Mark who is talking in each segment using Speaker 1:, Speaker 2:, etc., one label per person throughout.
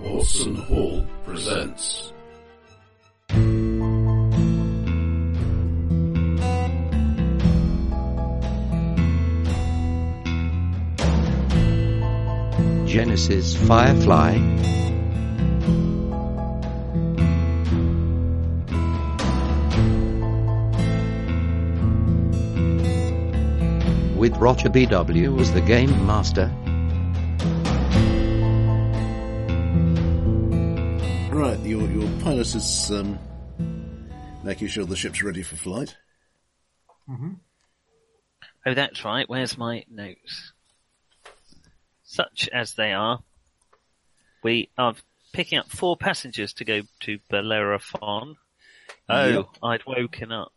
Speaker 1: Watson Hall presents.
Speaker 2: Genesis Firefly. With Roger BW as the game master.
Speaker 3: Right, your your pilot is um, making sure the ship's ready for flight.
Speaker 4: Oh, that's right. Where's my notes? Such as they are, we are picking up four passengers to go to Bellerophon. Oh,
Speaker 3: Yep.
Speaker 4: I'd woken up.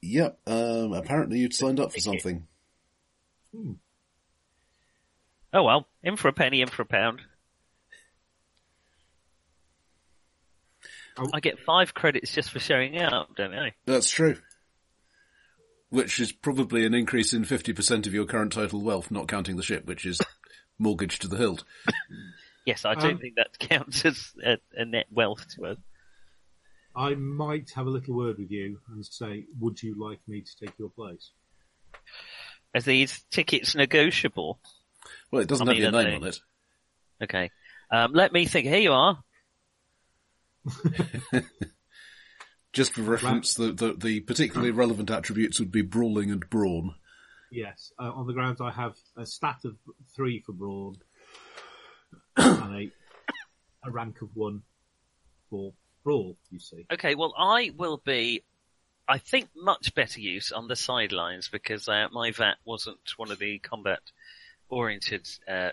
Speaker 3: Yep. Um, apparently, you'd signed up for something.
Speaker 4: Oh well, in for a penny, in for a pound.
Speaker 5: Oh.
Speaker 4: I get five credits just for showing up, don't I?
Speaker 3: That's true. Which is probably an increase in fifty percent of your current total wealth, not counting the ship, which is mortgage to the hilt.
Speaker 4: Yes, I don't
Speaker 5: Um.
Speaker 4: think that counts as a, a net wealth to us.
Speaker 5: I might have a little word with you and say, would you like me to take your place?
Speaker 4: Are these tickets negotiable?
Speaker 3: Well, it doesn't
Speaker 4: I
Speaker 3: have your
Speaker 4: mean, I
Speaker 3: name
Speaker 4: think-
Speaker 3: on it.
Speaker 4: Okay. Um, let me think. Here you are.
Speaker 3: Just for reference, the, the the particularly relevant attributes would be brawling and brawn.
Speaker 5: Yes. Uh, on the grounds, I have a stat of three for brawn and a, a rank of one for brawl. You see,
Speaker 4: Okay, well, I will be, I think, much better use on the sidelines because uh, my VAT wasn't one of the combat oriented uh,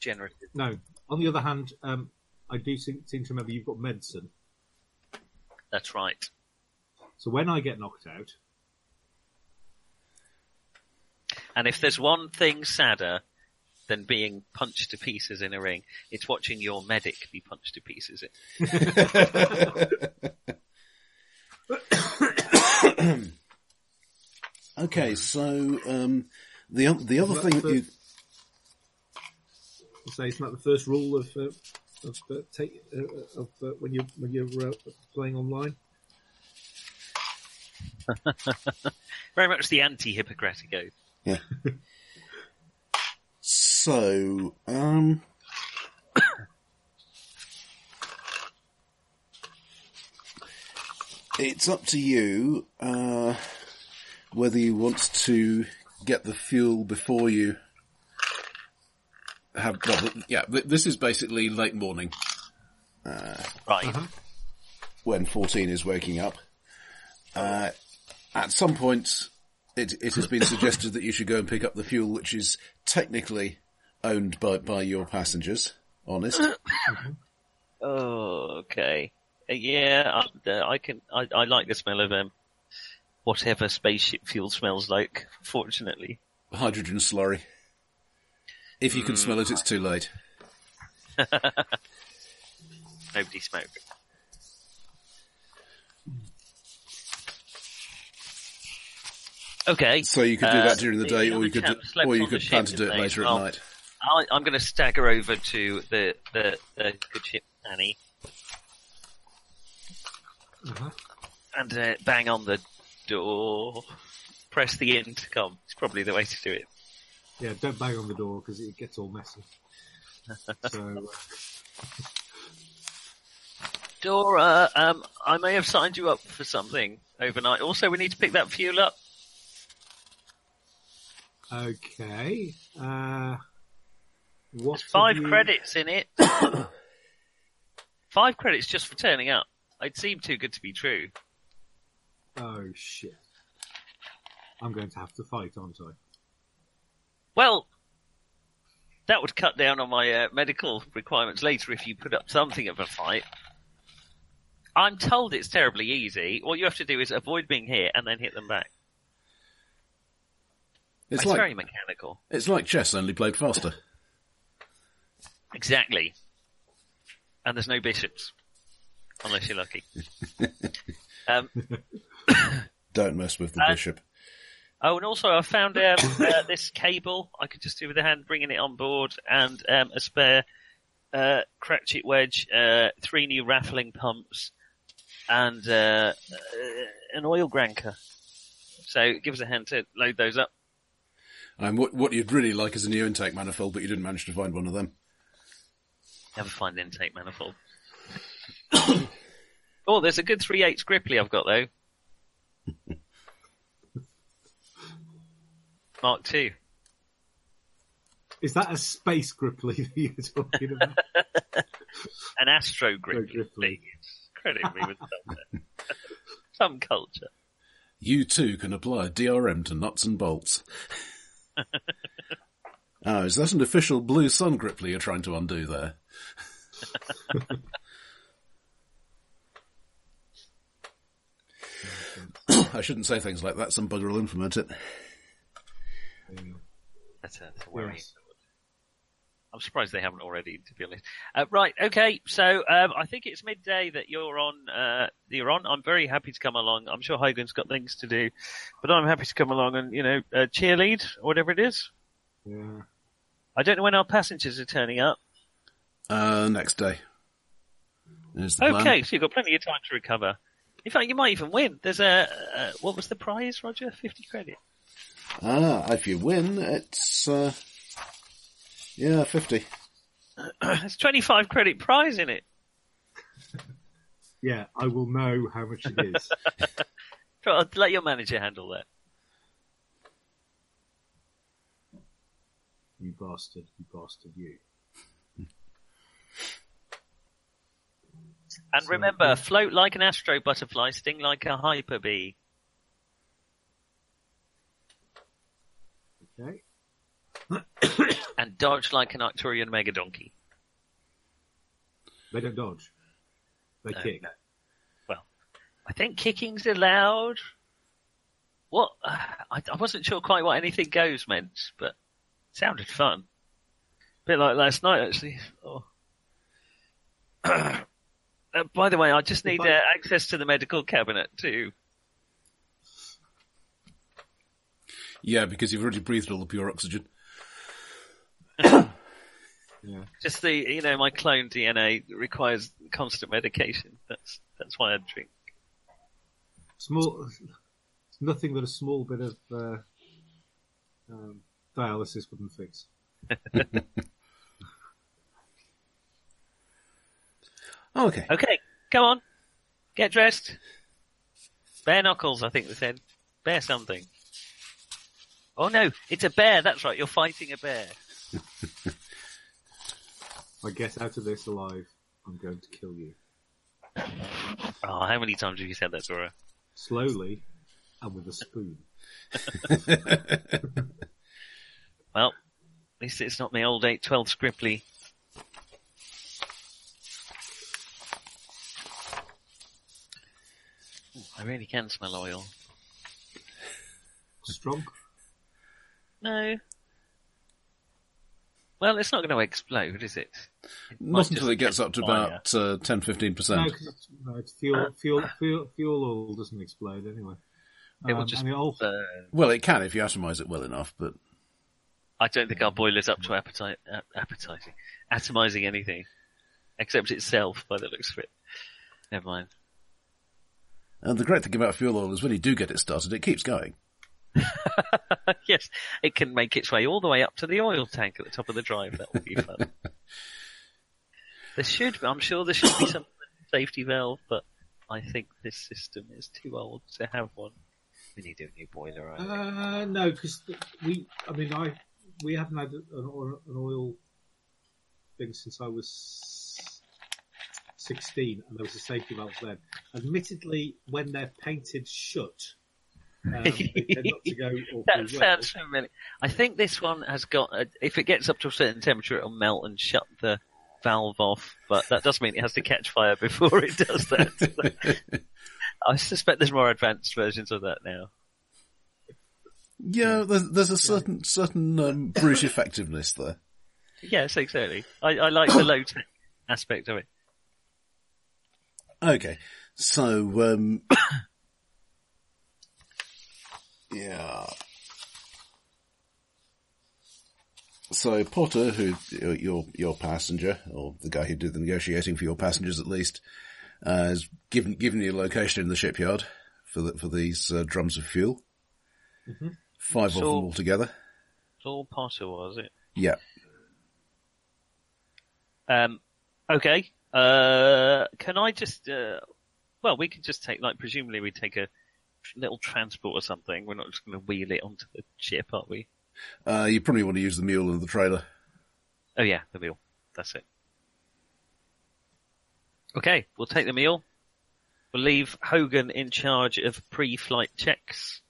Speaker 4: generative.
Speaker 5: no. On the other hand, um, I do seem, seem to remember you've got medicine.
Speaker 4: That's right.
Speaker 5: So when I get knocked out,
Speaker 4: And if there's one thing sadder than being punched to pieces in a ring, it's watching your medic be punched to pieces.
Speaker 3: Okay, so um, the o- the other
Speaker 5: Well,
Speaker 3: thing that
Speaker 5: the-
Speaker 3: you
Speaker 5: you say it's not the first rule of uh, of, uh, take, uh, of uh, when you when you're uh, playing online.
Speaker 4: Very much the anti-Hippocratic oath.
Speaker 3: So, um. it's up to you uh, whether you want to get the fuel before you have. Well, th- yeah, th- this is basically late morning
Speaker 4: Right.
Speaker 3: when 14 is waking up. Uh, at some point, it, it has been suggested that you should go and pick up the fuel, which is technically owned by, by your passengers. Honest.
Speaker 4: Oh, okay. Uh, Yeah, I, uh, I can. I, I like the smell of um, whatever spaceship fuel smells like. Fortunately,
Speaker 3: Hydrogen slurry. If
Speaker 4: Mm,
Speaker 3: you can smell it, it's too late.
Speaker 4: nobody smoked. Okay.
Speaker 3: So you could do
Speaker 4: uh,
Speaker 3: that during the day, or
Speaker 4: other
Speaker 3: you could,
Speaker 4: chap
Speaker 3: do-
Speaker 4: slept
Speaker 3: or you
Speaker 4: on the
Speaker 3: could plan to
Speaker 4: ship,
Speaker 3: do it
Speaker 4: didn't they?
Speaker 3: later
Speaker 4: Well,
Speaker 3: at night.
Speaker 4: I, I'm going to stagger over to the the, the good ship Annie
Speaker 5: Uh-huh.
Speaker 4: and uh, bang on the door. Press the intercom. It's probably the way to do it.
Speaker 5: Yeah, don't bang on the door because it gets all messy. so, uh,
Speaker 4: Dora, um, I may have signed you up for something overnight. Also, we need to pick that fuel up.
Speaker 5: uh, okay. Uh, what
Speaker 4: There's five
Speaker 5: have you-
Speaker 4: credits in it. five credits just for turning up. It seemed too good to be true.
Speaker 5: Oh shit! I'm going to have to fight, aren't I?
Speaker 4: Well, that would cut down on my uh, medical requirements later if you put up something of a fight. I'm told it's terribly easy. All you have to do is avoid being hit and then hit them back.
Speaker 3: It's
Speaker 4: It's
Speaker 3: like
Speaker 4: very mechanical.
Speaker 3: it's like chess, only played faster.
Speaker 4: Exactly. And there's no bishops. Unless you're lucky. um,
Speaker 3: Don't mess with the
Speaker 4: Uh,
Speaker 3: bishop.
Speaker 4: oh, and also I found um, uh, this cable I could just do with a hand, bringing it on board, and um, a spare uh, Cratchit Wedge, uh, three new raffling pumps, and uh, uh, an oil granker. So give us a hand to load those up.
Speaker 3: And what, what you'd really like is a new intake manifold, but you didn't manage to find one of them.
Speaker 4: Never find intake manifold. oh, there's a good 3 8 Gripply I've got though. Mark two.
Speaker 5: Is that a space Gripply that you're talking about?
Speaker 4: An Astro Gripply.
Speaker 5: Gripply.
Speaker 4: Please. Credit me with something. Some culture.
Speaker 3: You too can apply a DRM to nuts and bolts. oh, is that an official blue sun grippler you're trying to undo there? I shouldn't say things like that, some bugger will implement it.
Speaker 4: That's a, that's a worry.
Speaker 5: Yes.
Speaker 4: I'm surprised they haven't already, to be honest. Uh, right, okay, so um, I think it's midday that you're on. Uh, you're on. I'm very happy to come along. I'm sure Hogan's got things to do, but I'm happy to come along and you know uh, cheerlead or whatever it is.
Speaker 5: yeah.
Speaker 4: I don't know when our passengers are turning up.
Speaker 3: Uh, next day. Is the plan.
Speaker 4: Okay, so you've got plenty of time to recover. In fact, you might even win. There's a uh, what was the prize, Roger? Fifty credit.
Speaker 3: Ah, if you win, it's, uh, yeah, 50.
Speaker 4: There's twenty-five credit prize in it.
Speaker 5: Yeah, I will know how much it is.
Speaker 4: Try- I'll let your manager handle that.
Speaker 5: you bastard, you bastard, you.
Speaker 4: And remember, float like an astro butterfly, sting like a hyper bee.
Speaker 5: Okay.
Speaker 4: and dodge like an Arcturian mega donkey.
Speaker 5: They don't dodge. They kick.
Speaker 4: Well, I think kicking's allowed. What? I, I wasn't sure quite what anything goes meant, but it sounded fun. bit like last night, actually. Oh. uh, by the way, I just need uh, access to the medical cabinet too.
Speaker 3: Yeah, because you've already breathed all the pure oxygen.
Speaker 5: Yeah.
Speaker 4: Just the, you know, my clone DNA requires constant medication. That's that's why I drink.
Speaker 5: Small, it's nothing that a small bit of uh, um, dialysis wouldn't fix.
Speaker 3: Oh, okay.
Speaker 4: Okay, come on, get dressed. Bare knuckles, I think they said. Bear something. Oh no, it's a bear. That's right. You're fighting a bear.
Speaker 5: If I get out of this alive, I'm going to kill you.
Speaker 4: Oh, how many times have you said that, Zora?
Speaker 5: Slowly and with a spoon.
Speaker 4: Well, at least it's not my old eight twelve scribbly. Ooh, I really can smell oil.
Speaker 5: Strong?
Speaker 4: No. Well, it's not going to explode, is it?
Speaker 3: Not until it gets up to
Speaker 4: fire.
Speaker 3: about uh, 10 15%.
Speaker 5: No, 'cause it's, no, it's fuel, fuel, fuel, fuel oil doesn't explode anyway.
Speaker 4: It will
Speaker 5: Um,
Speaker 4: just
Speaker 5: and the old-
Speaker 4: burn.
Speaker 3: Well, it can if you atomize it well enough, but
Speaker 4: I don't think our boiler's up to appetite, uh, appetizing, atomizing anything, except itself by the looks of it. Never mind.
Speaker 3: and uh, the great thing about fuel oil is when you do get it started, it keeps going.
Speaker 4: yes, it can make its way all the way up to the oil tank at the top of the drive. That would be fun. there should, I'm sure there should be some safety valve, but I think this system is too old to have one. We need a new boiler. I think.
Speaker 5: Uh, no, because we, I mean, I, we haven't had an, oil- an oil thing since I was 16, and there was a safety valve then. Admittedly, when they're painted shut, um, they tend not to go awfully
Speaker 4: That
Speaker 5: well.
Speaker 4: sounds familiar. I think this one has got. A, if it gets up to a certain temperature, it'll melt and shut the valve off. But that does mean it has to catch fire before it does that. I suspect there's more advanced versions of that now.
Speaker 3: Yeah, there's, there's a certain certain um, brute effectiveness there.
Speaker 4: Yes, exactly. I, I like the low tech aspect of it.
Speaker 3: Okay, so um, yeah, So Potter, who your your passenger or the guy who did the negotiating for your passengers at least, uh, has given given you a location in the shipyard for the, for these uh, drums of fuel. Five of
Speaker 4: So-
Speaker 3: them altogether.
Speaker 4: Lord Potter was it?
Speaker 3: Yeah.
Speaker 4: Um, okay. Uh, can I just? Uh, well, we could just take like presumably we take a tr- little transport or something. We're not just going to wheel it onto the ship, are we?
Speaker 3: Uh, you probably want to use the mule and the trailer.
Speaker 4: Oh yeah, the meal. That's it. Okay, we'll take the meal. We'll leave Hogan in charge of pre-flight checks.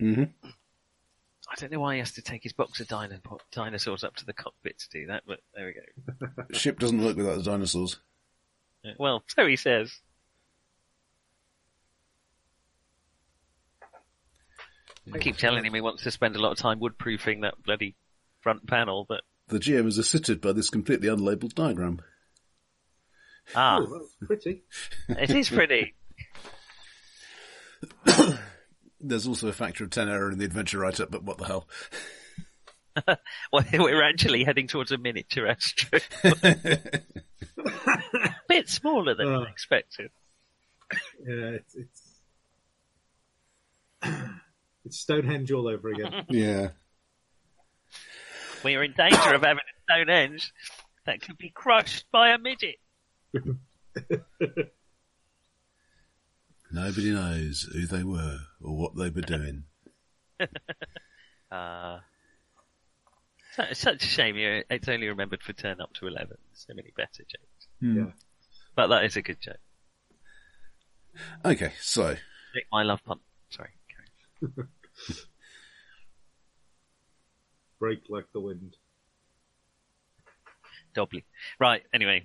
Speaker 3: Mhm.
Speaker 4: I don't know why he has to take his box of dino- dinosaurs up to the cockpit to do that, but there we go. Uh,
Speaker 3: The ship doesn't work without the dinosaurs.
Speaker 4: Well, so he says. I keep telling him he wants to spend a lot of time woodproofing that bloody front panel, but
Speaker 3: The GM is assisted by this completely unlabeled diagram.
Speaker 4: ah,
Speaker 5: Oh, that's pretty.
Speaker 4: it is pretty.
Speaker 3: There's also a factor of 10 error in the adventure write-up, but what the hell.
Speaker 4: Well, we're actually heading towards a miniature asteroid. Bit smaller than
Speaker 5: Oh.
Speaker 4: expected.
Speaker 5: Yeah, it's, it's it's Stonehenge all over again.
Speaker 3: Yeah.
Speaker 4: We're in danger of having a Stonehenge that could be crushed by a midget.
Speaker 3: Nobody knows who they were or what they were doing.
Speaker 4: Uh, so- it's such a shame you it's only remembered for Turn Up to 11. So many better jokes.
Speaker 5: yeah.
Speaker 4: But that is a good joke.
Speaker 3: Okay, so,
Speaker 4: Make my love pump. Sorry. carry on.
Speaker 5: Break like the wind.
Speaker 4: Dobley. Right, anyway.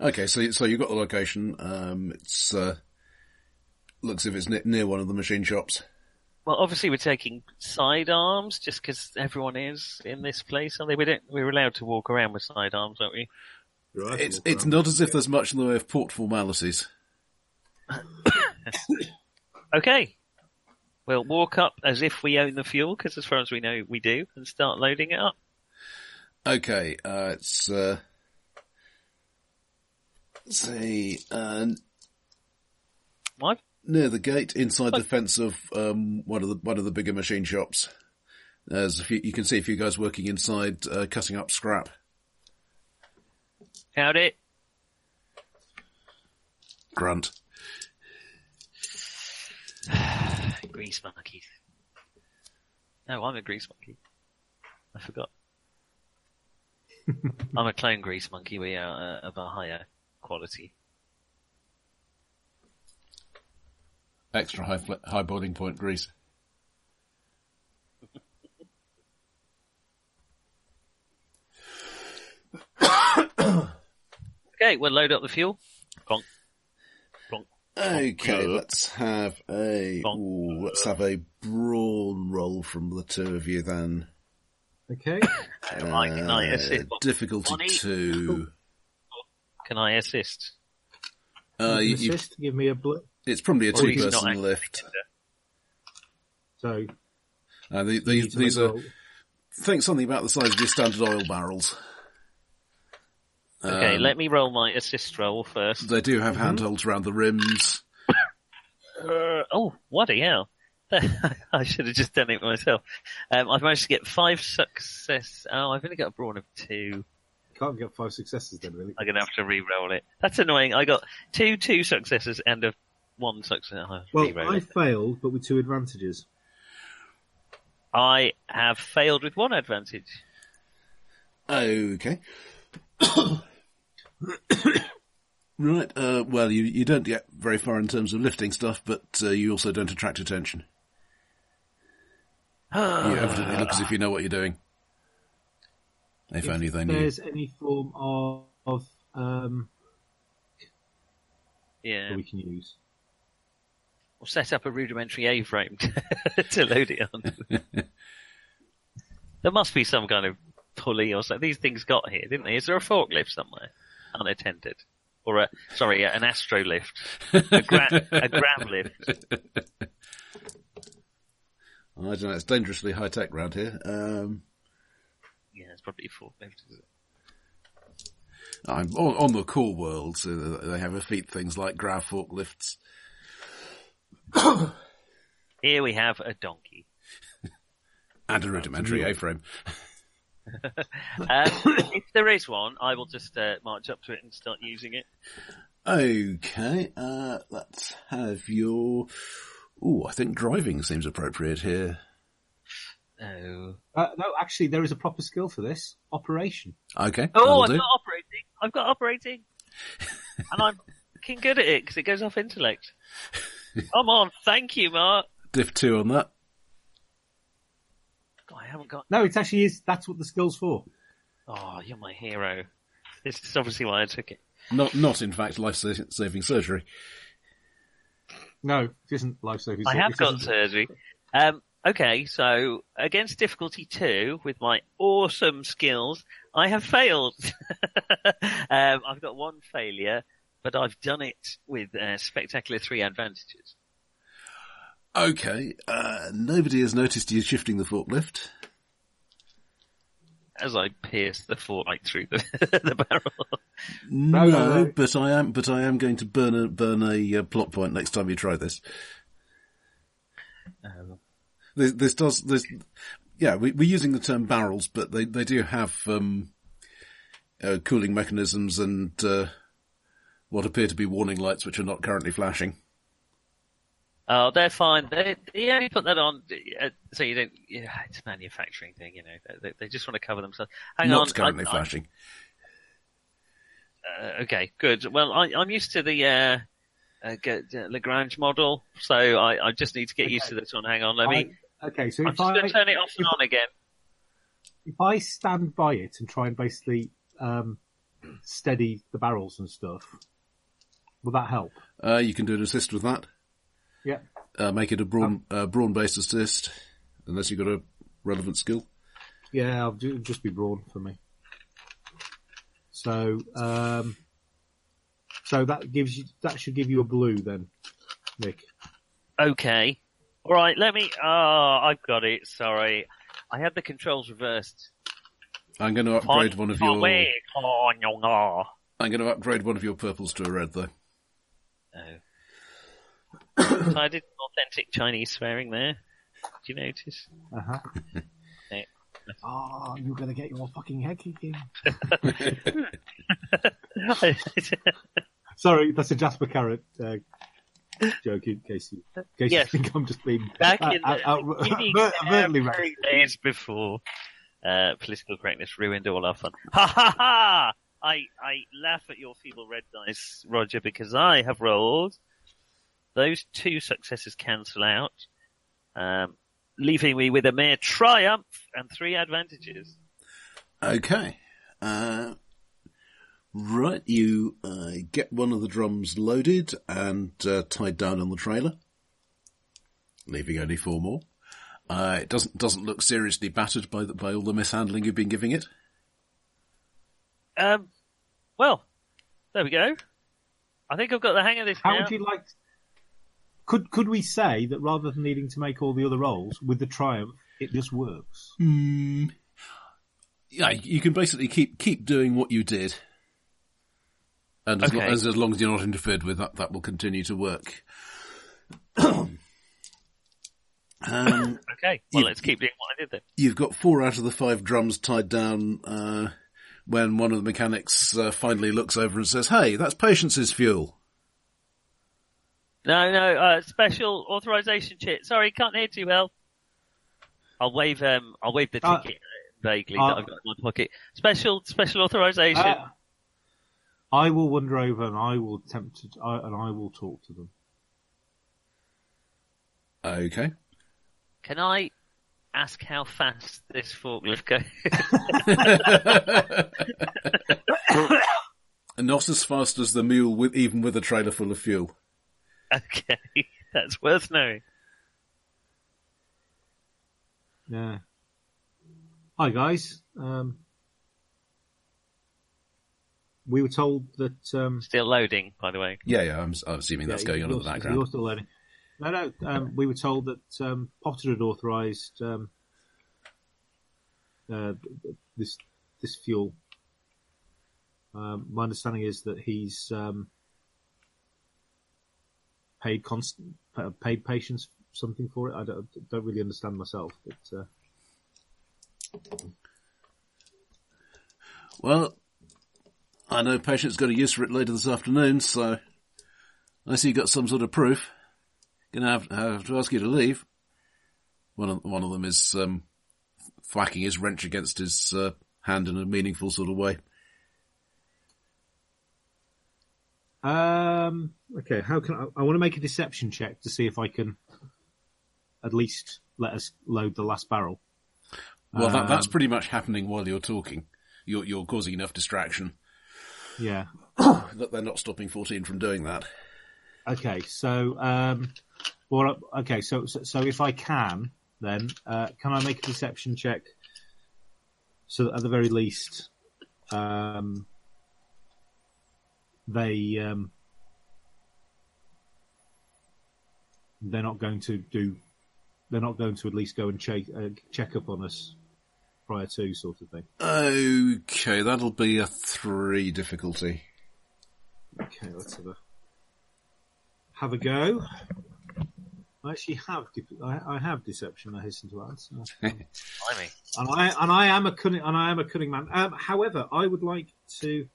Speaker 3: okay, so, so you've got the location, um, it's, uh, looks if it's ne- near one of the machine shops.
Speaker 4: Well, obviously we're taking sidearms just because everyone is in this place, aren't they? We don't, we're allowed to walk around with sidearms, aren't we?
Speaker 5: Right,
Speaker 3: It's,
Speaker 5: walk
Speaker 3: it's
Speaker 5: around.
Speaker 3: not as if there's much in the way of port formalities.
Speaker 4: Okay. We'll walk up as if we own the fuel, because as far as we know, we do, and start loading it up.
Speaker 3: Okay, uh, it's, uh, let's see, uh,
Speaker 4: What?
Speaker 3: near the gate, inside the fence of um, one of the one of the bigger machine shops. There's a few, you can see a few guys working inside, uh, cutting up scrap.
Speaker 4: Howdy.
Speaker 3: Grunt.
Speaker 4: Grease monkeys. No, I'm a grease monkey. I forgot. I'm a clone grease monkey. We are uh, of a higher quality.
Speaker 3: Extra high high boiling point grease.
Speaker 4: Okay, we'll load up the fuel. Bonk. Bonk.
Speaker 3: Okay, let's have a
Speaker 4: Bonk.
Speaker 3: ooh, let's have a brawn roll from the two of you then. Uh,
Speaker 5: Okay.
Speaker 4: I can I assist?
Speaker 3: difficulty
Speaker 4: Bonnie?
Speaker 3: two.
Speaker 4: Can I assist?
Speaker 3: Uh, you,
Speaker 5: You
Speaker 3: you,
Speaker 5: assist, give me a blip.
Speaker 3: it's probably a
Speaker 4: Or he's not
Speaker 3: two-person
Speaker 4: actually
Speaker 3: lift.
Speaker 5: So
Speaker 3: Uh, the,
Speaker 5: you
Speaker 3: these
Speaker 5: need to make
Speaker 3: these are
Speaker 5: roll.
Speaker 3: think something about the size of your standard oil barrels.
Speaker 4: Okay,
Speaker 3: Um,
Speaker 4: let me roll my assist roll first.
Speaker 3: They do have handholds around the rims.
Speaker 4: Uh, oh, bloody hell. I should have just done it myself. Um, I've managed to get five success. Oh, I've only got a brawn of two.
Speaker 5: can't get five successes then, really.
Speaker 4: I'm going to have to re-roll it. That's annoying. I got two two successes and a one success. I'll
Speaker 5: Well,
Speaker 4: re-roll
Speaker 5: I
Speaker 4: it.
Speaker 5: failed, but with two advantages.
Speaker 4: I have failed with one advantage.
Speaker 3: Okay. right. Uh, well, you you don't get very far in terms of lifting stuff, but uh, you also don't attract attention. you evidently look as if you know what you're doing. If, only they knew.
Speaker 5: there's any form of, of um,
Speaker 4: Yeah.
Speaker 5: that we can use.
Speaker 4: We'll set up a rudimentary A-frame to, to load it on. there must be some kind of pulley or something. These things got here, didn't they? Is there a forklift somewhere? Unattended. Or a, sorry, an astrolift. A, gra- a grab lift.
Speaker 3: I don't know. It's dangerously high tech round here. Um,
Speaker 4: Yeah, it's probably four.
Speaker 3: I'm on, on the cool world, so they have effete things like grab forklifts.
Speaker 4: Here we have a donkey.
Speaker 3: And a rudimentary A-frame.
Speaker 4: Um, if there is one, I will just uh, march up to it and start using it.
Speaker 3: Okay, uh, let's have your. Ooh, I think driving seems appropriate here.
Speaker 4: No.
Speaker 5: Uh, no, actually, there is a proper skill for this operation.
Speaker 3: Okay,
Speaker 4: Oh,
Speaker 3: that'll
Speaker 4: I've
Speaker 3: do.
Speaker 4: got operating. I've got operating, and I'm fucking good at it because it goes off intellect. Come on, thank you, Mark.
Speaker 3: Diff two on that.
Speaker 4: God, I haven't got.
Speaker 5: No, it actually is. That's what the skill's for.
Speaker 4: Oh, you're my hero. This is obviously why I took it.
Speaker 3: Not, not in fact, life-saving surgery.
Speaker 5: No, it isn't life saving.
Speaker 4: I have got surgery. Um, okay, so against difficulty two, with my awesome skills, I have failed. um, I've got one failure, but I've done it with uh, spectacular three advantages.
Speaker 3: Okay, uh, nobody has noticed you shifting the forklift.
Speaker 4: As I pierce the fork through the, the barrel.
Speaker 3: No,
Speaker 5: no, no.
Speaker 3: but I am, but I am going to burn a burn a uh, plot point next time you try this.
Speaker 4: Um,
Speaker 3: This, this does this. Yeah, we, we're using the term barrels, but they they do have um, uh, cooling mechanisms and uh, what appear to be warning lights, which are not currently flashing.
Speaker 4: Oh, they're fine. They, they only put that on uh, so you don't. Yeah, it's a manufacturing thing, you know. They, they just want to cover themselves. Hang
Speaker 3: not
Speaker 4: on,
Speaker 3: currently
Speaker 4: I- I-
Speaker 3: flashing.
Speaker 4: uh, okay, good. Well, I, I'm used to the uh, uh, G- uh, Lagrange model, so I, I just need to get used to this one. Hang on, let me.
Speaker 5: okay, so
Speaker 4: I'm
Speaker 5: if
Speaker 4: just going
Speaker 5: I,
Speaker 4: to turn it off and on again.
Speaker 5: if I stand by it and try and basically um, steady the barrels and stuff, will that help?
Speaker 3: Uh, you can do an assist with that.
Speaker 5: Yeah.
Speaker 3: Uh, make it a brawn
Speaker 4: Oh.
Speaker 3: uh, brawn based assist, unless you've got a relevant skill.
Speaker 5: Yeah, I'll ju- just be broad for me. So, um, so that gives you that should give you a blue then, Nick.
Speaker 4: Okay. All right, let me. Oh, I've got it. Sorry, I had the controls reversed.
Speaker 3: I'm going to upgrade one of your.
Speaker 4: Away, con- yong- ah.
Speaker 3: I'm going to upgrade one of your purples to a red, though.
Speaker 4: No. so I did authentic Chinese swearing there. Did you notice?
Speaker 5: Uh huh.
Speaker 4: Okay.
Speaker 5: Oh, you're gonna get your fucking head kicking. Sorry, that's a Jasper Carrot uh, joke. In case you, in case
Speaker 4: Yes.
Speaker 5: you think I'm just being
Speaker 4: Back
Speaker 5: uh,
Speaker 4: in
Speaker 5: uh,
Speaker 4: the
Speaker 5: out-
Speaker 4: beginning,
Speaker 5: ver- overtly
Speaker 4: uh,
Speaker 5: racist.
Speaker 4: days before uh, political correctness ruined all our fun. Ha ha ha! I, I laugh at your feeble red dice, Roger, because I have rolled. Those two successes cancel out, um, leaving me with a mere triumph and three advantages.
Speaker 3: Okay. Uh, right, you uh, get one of the drums loaded and uh, tied down on the trailer, leaving only four more. Uh, it doesn't doesn't look seriously battered by the, by all the mishandling you've been giving it.
Speaker 4: Um, well, there we go. I think I've got the hang of this
Speaker 5: How
Speaker 4: now.
Speaker 5: would you like? Could could we say that rather than needing to make all the other rolls with the triumph, it just works?
Speaker 3: Yeah, you can basically keep keep doing what you did, and as, lo-
Speaker 4: Okay.
Speaker 3: as, as long as you're not interfered with, that that will continue to work. um,
Speaker 4: Okay, well,
Speaker 3: You-
Speaker 4: let's keep doing what I did then.
Speaker 3: you've got four out of the five drums tied down uh, when one of the mechanics uh, finally looks over and says, "Hey, that's patience's fuel."
Speaker 4: No, no, uh, special authorization chit. Sorry, can't hear too well. I'll wave, um, I'll wave the
Speaker 5: Uh,
Speaker 4: ticket vaguely
Speaker 5: uh,
Speaker 4: that I've got in my pocket. Special, special authorization.
Speaker 5: Uh, I will wander over and I will attempt to, I, and I will talk to them.
Speaker 3: Okay.
Speaker 4: Can I ask how fast this forklift goes?
Speaker 3: And not as fast as the mule, with, even with a trailer full of fuel.
Speaker 4: okay, that's worth knowing.
Speaker 5: Yeah. Hi guys. Um, we were told that um,
Speaker 4: Still loading, by the way.
Speaker 3: Yeah, yeah. I'm, I'm assuming that's
Speaker 5: yeah,
Speaker 3: going on in
Speaker 5: you're-
Speaker 3: the background.
Speaker 5: You're still learning. No, no. Um, we were told that um, Potter had authorised um, uh, this this fuel. Um, my understanding is that he's um, paid constant uh, paid patients something for it. I don't, don't really understand myself, but uh,
Speaker 3: Well, I know patient's got a use for it later this afternoon, so unless you got some sort of proof, gonna have, have to ask you to leave. One of, one of them is um, thwacking his wrench against his uh, hand in a meaningful sort of way.
Speaker 5: Um. Okay. How can I? I want to make a deception check to see if I can at least let us load the last barrel.
Speaker 3: Well, that, that's pretty much happening while you're talking. You're, you're causing enough distraction
Speaker 5: Yeah.
Speaker 3: that they're not stopping 14 from doing that.
Speaker 5: Okay. So. Um. Well. Okay. So. So, so if I can, then uh, can I make a deception check? So that at the very least, um, they um, they're not going to do they're not going to at least go and check uh, check up on us prior to sort of thing.
Speaker 3: Okay, that'll be a three difficulty.
Speaker 5: Okay, let's have a have a go. I actually have de- I, I have deception. I hasten to add, so-
Speaker 4: Blimey.
Speaker 5: and I and I am a cunning and I am a cunning man. Um, however, I would like to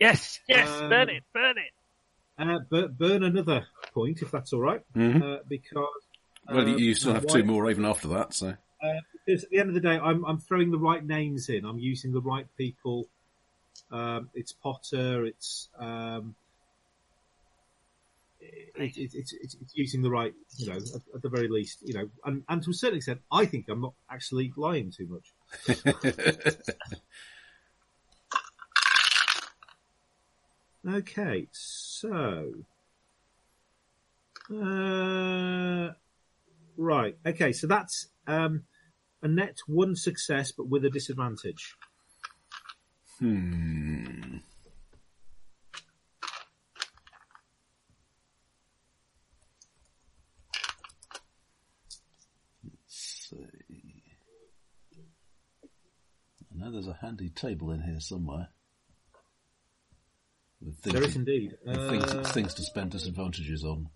Speaker 4: Yes, yes,
Speaker 5: Um,
Speaker 4: burn it, burn it.
Speaker 5: uh, bur- burn another point if that's all right,
Speaker 3: Mhm.
Speaker 5: uh, because
Speaker 3: Well, you,
Speaker 5: um,
Speaker 3: you still have
Speaker 5: why-
Speaker 3: two more even after that, so.
Speaker 5: Uh, because at the end of the day, I'm, I'm throwing the right names in. I'm using the right people. Um, it's Potter. It's um, it, it, it's it's it's using the right, you know, at, at the very least, you know, and, and to a certain extent, I think I'm not actually lying too much. Okay, so. Uh, right, okay, so that's um, a net one success, but with a disadvantage.
Speaker 3: Hmm. Let's see. I know there's a handy table in here somewhere. With things,
Speaker 5: There
Speaker 3: to-
Speaker 5: is indeed.
Speaker 3: with things,
Speaker 5: Uh,
Speaker 3: things to spend disadvantages on.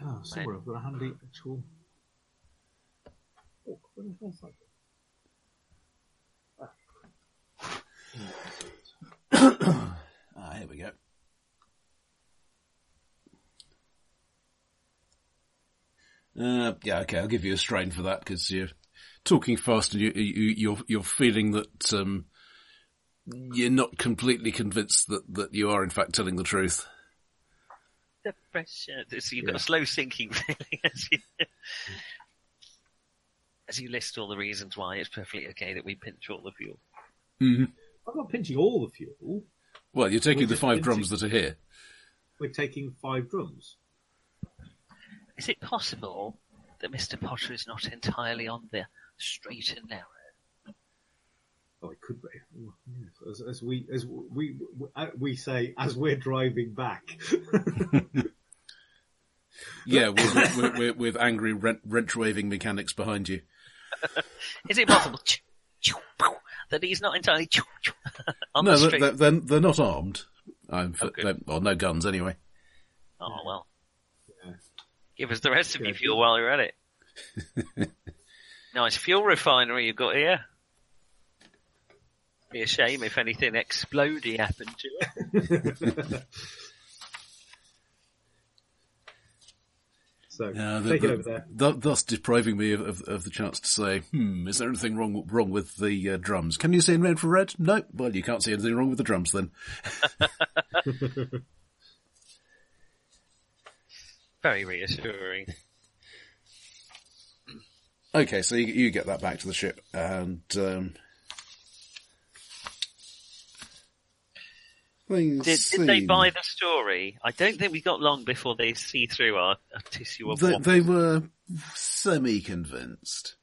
Speaker 5: Oh, somewhere I've got a handy actual. Oh, where the hell's that?
Speaker 3: Ah, here we go. Uh, yeah, okay, I'll give you a strain for that because you're talking fast and you, you, you're you're feeling that um, you're not completely convinced that, that you are in fact telling the truth.
Speaker 4: Depression. So you've got a slow sinking feeling as you, as you list all the reasons why it's perfectly okay that we pinch all the fuel.
Speaker 5: I'm not pinching all the fuel.
Speaker 3: Well, you're taking
Speaker 5: We're
Speaker 3: the
Speaker 5: just
Speaker 3: five
Speaker 5: hinting.
Speaker 3: drums that are here.
Speaker 5: We're taking five drums.
Speaker 4: Is it possible that Mr. Potter is not entirely on the straight and narrow?
Speaker 5: Oh, it could be. Oh, yes. As, as we as we we- uh, we say as we're driving back.
Speaker 3: Yeah, with, with, with, with angry wren- wrench waving mechanics behind you.
Speaker 4: Is it possible choo, choo, pow, that he's not entirely choo, choo, on
Speaker 3: No,
Speaker 4: the
Speaker 3: they're,
Speaker 4: straight?
Speaker 3: they're, they're, they're not armed. I'm,
Speaker 4: Okay.
Speaker 3: they well, no guns anyway.
Speaker 4: Oh well.
Speaker 5: Yeah.
Speaker 4: Give us the rest of your
Speaker 5: Okay.
Speaker 4: fuel while you're at it. nice fuel refinery you've got here. Be a shame if anything explodey happened to it.
Speaker 5: So
Speaker 3: Yeah,
Speaker 5: take
Speaker 3: the-
Speaker 5: it
Speaker 3: the-
Speaker 5: over there.
Speaker 3: th- thus depriving me of, of, of the chance to say, hmm, is there anything wrong wrong with the uh, drums? Can you see in red for red? No. Well, you can't see anything wrong with the drums then.
Speaker 4: Very reassuring.
Speaker 3: Okay, so you, you get that back to the ship, and um, things
Speaker 4: Did, did they
Speaker 3: seem-
Speaker 4: buy the story? I don't think we got long before they see through our, our tissue of
Speaker 3: They,
Speaker 4: what
Speaker 3: they were semi-convinced,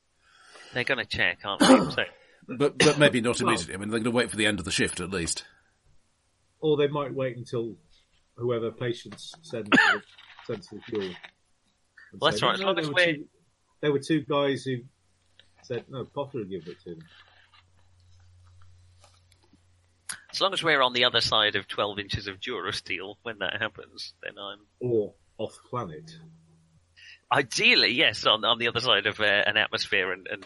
Speaker 4: they're going to check, aren't they? So,
Speaker 3: but but maybe not immediately. I mean, they're going to wait for the end of the shift at least.
Speaker 5: or they might wait until whoever patients send to the, send to the fuel. and
Speaker 4: Well, that's
Speaker 5: say,
Speaker 4: right, as long
Speaker 5: there
Speaker 4: as
Speaker 5: were
Speaker 4: we're-
Speaker 5: two- There were two guys who said, no, Potter will give it to them.
Speaker 4: As long as we're on the other side of 12 inches of Durasteel when that happens, then I'm.
Speaker 5: Or off planet.
Speaker 4: Ideally, yes, on, on the other side of uh, an atmosphere and, and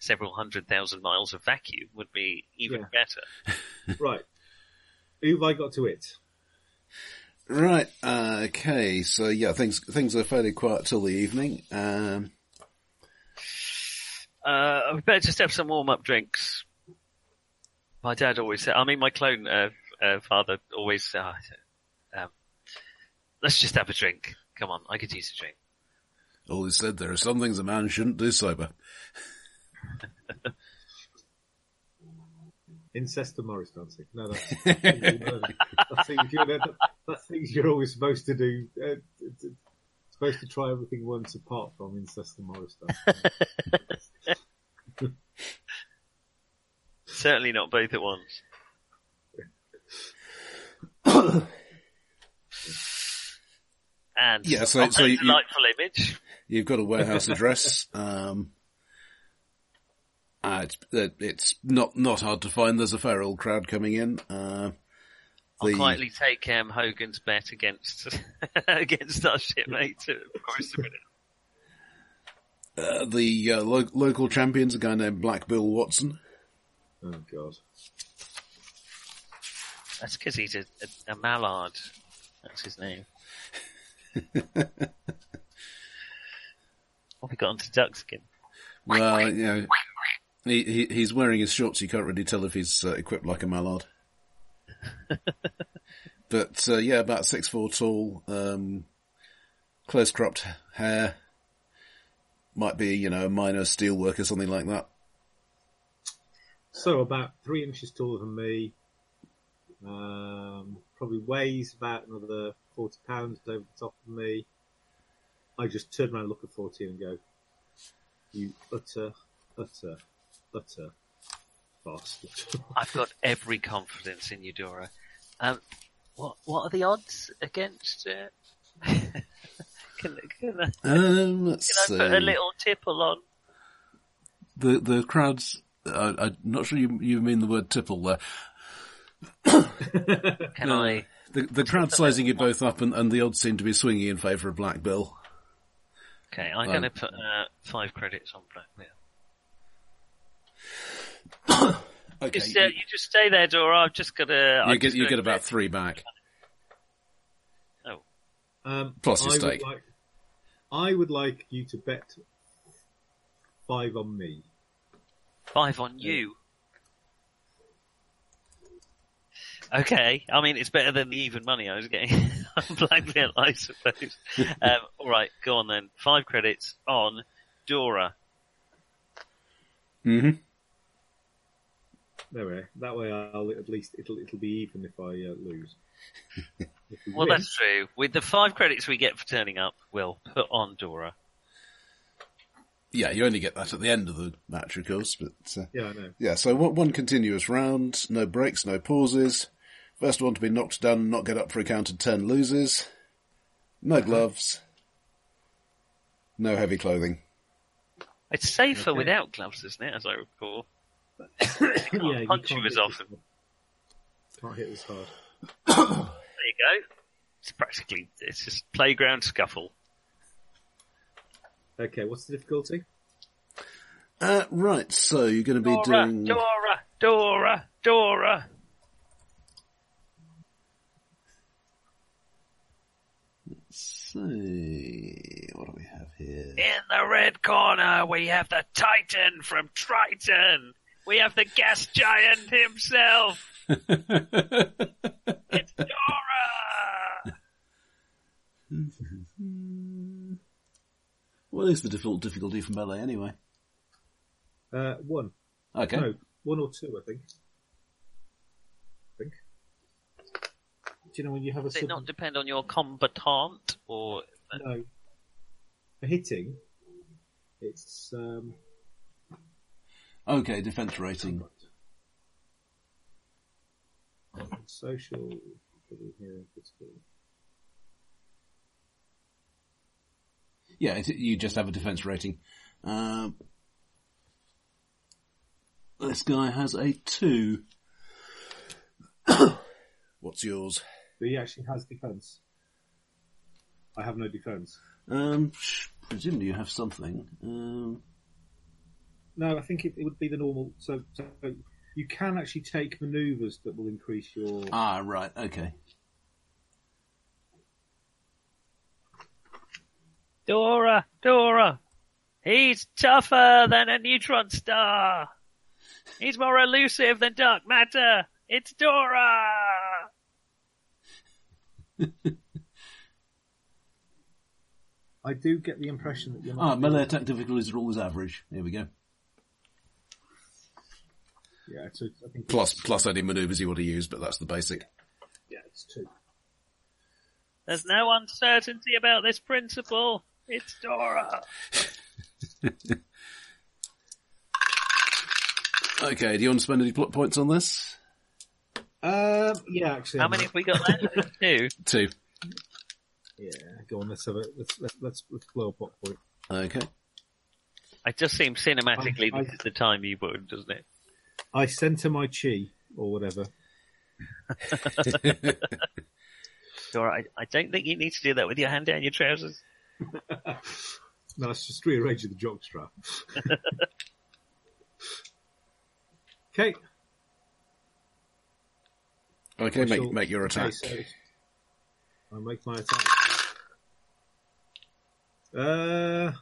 Speaker 4: several hundred thousand miles of vacuum would be even
Speaker 5: Yeah.
Speaker 4: better.
Speaker 5: right. Who have I got to it?
Speaker 3: Right. Uh, okay. So yeah, things things are fairly quiet till the evening. Um,
Speaker 4: Uh, we better just have some warm up drinks. My dad always said, I mean, my clone uh, uh, father always said, um, let's just have a drink. Come on, I could use a drink.
Speaker 3: all is said. There are some things a man shouldn't do sober.
Speaker 5: Incest and Morris dancing. No, that's, that's things you're, that's things you're always supposed to do. Uh, t- t- supposed to try everything once apart from incest and Morris dancing.
Speaker 4: Certainly not both at once. and
Speaker 3: Yeah, so-
Speaker 4: oh,
Speaker 3: so
Speaker 4: that's
Speaker 3: you-
Speaker 4: a delightful image.
Speaker 3: You've got a warehouse address. Um, uh, it's, it- it's not not hard to find. There's a fair old crowd coming in. Uh,
Speaker 4: I'll
Speaker 3: the-
Speaker 4: quietly take um, Hogan's bet against against our shipmate to Forrester Whitaker.
Speaker 3: uh, the uh, lo- local champion's a guy named Black Bill Watson.
Speaker 5: oh god.
Speaker 4: That's because he's a, a, a mallard. That's his name. what have we got onto Duckskin?
Speaker 3: Well, you know, he, he he's wearing his shorts. You can't really tell if he's uh, equipped like a mallard. but uh, yeah, about six four tall, um, close cropped hair. Might be you know a minor steel worker, something like that.
Speaker 5: So about three inches taller than me. Um, probably weighs about another 40 pounds over the top of me. I just turn around, look at 14 and go, you utter, utter, utter bastard.
Speaker 4: I've got every confidence in you, Dora. Um, what what are the odds against? Uh... can can, I, can
Speaker 3: Um, let's
Speaker 4: I
Speaker 3: see.
Speaker 4: put a little tipple on?
Speaker 3: The the crowds. I, I'm not sure you you mean the word tipple there.
Speaker 4: Can I?
Speaker 3: The the crowd sizing you both up, and, and the odds seem to be swinging in favour of Black Bill.
Speaker 4: Okay, I'm
Speaker 3: Um,
Speaker 4: going to put uh, five credits on Blackmail.
Speaker 3: Okay,
Speaker 4: Just, uh,
Speaker 3: you,
Speaker 4: you just stay there, Dora. I've just got to.
Speaker 3: you get you get about three back.
Speaker 4: Oh,
Speaker 5: Um,
Speaker 3: Plus
Speaker 5: I
Speaker 3: your
Speaker 5: would
Speaker 3: steak.
Speaker 5: Like, I would like you to bet five on me.
Speaker 4: five on you. Okay, I mean it's better than the even money I was getting on Blackmail, I suppose. Um, all right, go on then. Five credits on Dora.
Speaker 3: Mm-hmm.
Speaker 5: There we are. That way, I'll at least it'll it'll be even if I uh, lose. If we
Speaker 4: Well,
Speaker 5: win-
Speaker 4: that's true. With the five credits we get for turning up, we'll put on Dora.
Speaker 3: Yeah, you only get that at the end of the match, of course. But uh,
Speaker 5: yeah, I know.
Speaker 3: yeah, so one, one continuous round, no breaks, no pauses. First one to be knocked down, and not get up for a count of ten loses. No gloves. No heavy clothing.
Speaker 4: It's safer without gloves, isn't it? As I recall,
Speaker 5: yeah,
Speaker 4: can't
Speaker 5: you
Speaker 4: punch
Speaker 5: can't
Speaker 4: him as
Speaker 5: hit us-
Speaker 4: often.
Speaker 5: Can't hit as hard.
Speaker 4: There you go. It's practically it's just playground scuffle.
Speaker 5: Okay, what's the difficulty?
Speaker 3: Uh, right, so you're going to be
Speaker 4: Dora,
Speaker 3: doing.
Speaker 4: Dora, Dora, Dora.
Speaker 3: see, what do we have here?
Speaker 4: In the red corner, we have the Titan from Triton. We have the gas giant himself. it's Dora.
Speaker 3: What is the default difficulty for melee anyway?
Speaker 5: Uh, one.
Speaker 3: Okay.
Speaker 5: No, one or two, I think. I think. Do you know when you have a
Speaker 4: Does it
Speaker 5: sudden-
Speaker 4: not depend on your combatant or?
Speaker 5: No. For hitting, it's um,
Speaker 3: Okay, defense rating.
Speaker 5: it's, social, living here in Pittsburgh.
Speaker 3: Yeah, it, you just have a defense rating. Um, this guy has a two. What's yours?
Speaker 5: But he actually has defense. I have no defense.
Speaker 3: Um, presumably you have something. Um,
Speaker 5: No, I think it, it would be the normal. So, so you can actually take manoeuvres that will increase your.
Speaker 3: ah, right, okay.
Speaker 4: Dora, Dora, he's tougher than a neutron star. He's more elusive than dark matter. It's Dora.
Speaker 5: I do get the impression that you're.
Speaker 3: Ah,
Speaker 5: not
Speaker 3: melee attack difficulties are always average. Here we go.
Speaker 5: Yeah, it's a, I think
Speaker 3: Plus, plus any maneuvers you want to use, but that's the basic.
Speaker 5: yeah, it's two.
Speaker 4: There's no uncertainty about this principle. It's Dora.
Speaker 3: Okay, do you want to spend any plot points on this?
Speaker 5: Um, yeah, actually.
Speaker 4: How
Speaker 5: I'm
Speaker 4: many
Speaker 5: not-
Speaker 4: have we got left? Two.
Speaker 3: Two.
Speaker 5: Yeah, go on. Let's have it. Let's let's let's, let's blow up what point.
Speaker 3: Okay.
Speaker 4: It just seems cinematically
Speaker 5: I- I-
Speaker 4: this is the time you would, doesn't it?
Speaker 5: I centre my chi or whatever.
Speaker 4: Dora, I, I don't think you need to do that with your hand down your trousers.
Speaker 5: No, it's just rearranging the jog strap. okay.
Speaker 3: Okay,
Speaker 5: shall-
Speaker 3: make, make your
Speaker 5: okay,
Speaker 3: attack.
Speaker 5: so I make my attack. Uh,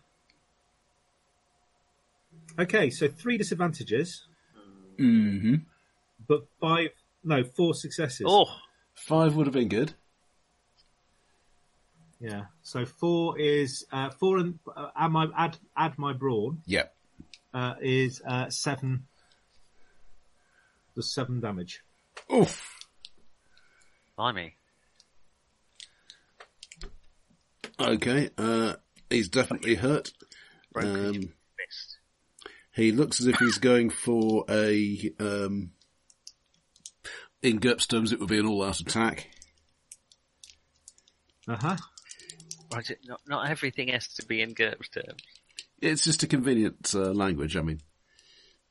Speaker 5: okay, so three disadvantages,
Speaker 3: hmm
Speaker 5: but five, no, four successes.
Speaker 4: Oh,
Speaker 3: Five would have been good.
Speaker 5: Yeah. So four is uh, four and uh, add my add add my brawn
Speaker 3: Yep.
Speaker 5: uh, is uh, seven. Does seven damage.
Speaker 3: Oof.
Speaker 4: blimey.
Speaker 3: Okay, uh, he's definitely hurt.
Speaker 4: Broken
Speaker 3: Um,
Speaker 4: your fist.
Speaker 3: He looks as if he's going for a, um, in GURPS terms, it would be an all-out attack.
Speaker 5: Uh huh.
Speaker 4: Right, it- not, not everything has to be in GURPS terms.
Speaker 3: It's just a convenient uh, language. I mean,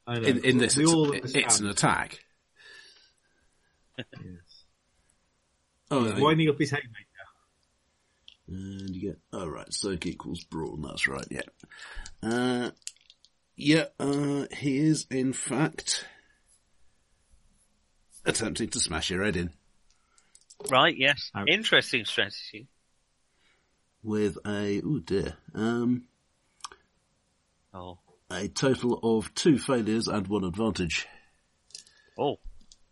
Speaker 5: I know.
Speaker 3: in, in this,
Speaker 5: we
Speaker 3: it's,
Speaker 5: all
Speaker 3: it-
Speaker 5: understand.
Speaker 3: it's an attack.
Speaker 5: Yes.
Speaker 3: Oh,
Speaker 5: He's
Speaker 3: no,
Speaker 5: winding up his haymaker.
Speaker 3: and you get oh right, soak equals brawn. That's right. Yeah, uh, yeah. Uh, he is in fact attempting to smash your head in
Speaker 4: Right, yes.
Speaker 5: Ouch.
Speaker 4: Interesting strategy.
Speaker 3: with a oh dear, um,
Speaker 4: Oh.
Speaker 3: a total of two failures and one advantage,
Speaker 4: Oh.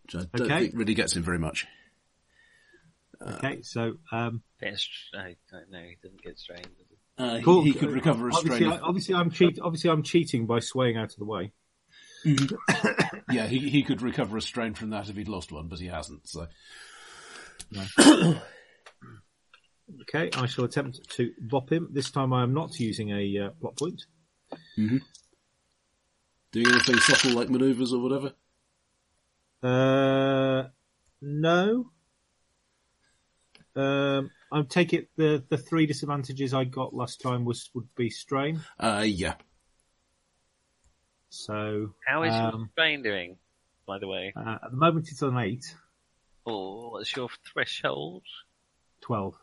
Speaker 3: which I don't
Speaker 5: Okay.
Speaker 3: think really gets him very much. Uh.
Speaker 5: Okay, so um,
Speaker 4: That's, I don't know, he doesn't get strained. does he?
Speaker 3: Uh, he-
Speaker 5: cool.
Speaker 3: he, could recover a
Speaker 5: obviously,
Speaker 3: strain.
Speaker 5: I, obviously, I'm cheat. Obviously, I'm cheating by swaying out of the way.
Speaker 3: yeah, he he could recover a strain from that if he'd lost one, but he hasn't. So
Speaker 5: Okay, I shall attempt to bop him. This time, I am not using a uh, plot point.
Speaker 3: doing anything subtle like maneuvers or whatever.
Speaker 5: Uh, no. Um, I take it the the three disadvantages I got last time was would be strain.
Speaker 3: Uh, yeah.
Speaker 5: So
Speaker 4: How is your
Speaker 5: um,
Speaker 4: strain doing, by the way?
Speaker 5: uh, at the moment it's on eight,
Speaker 4: Oh, what's your threshold?
Speaker 5: 12.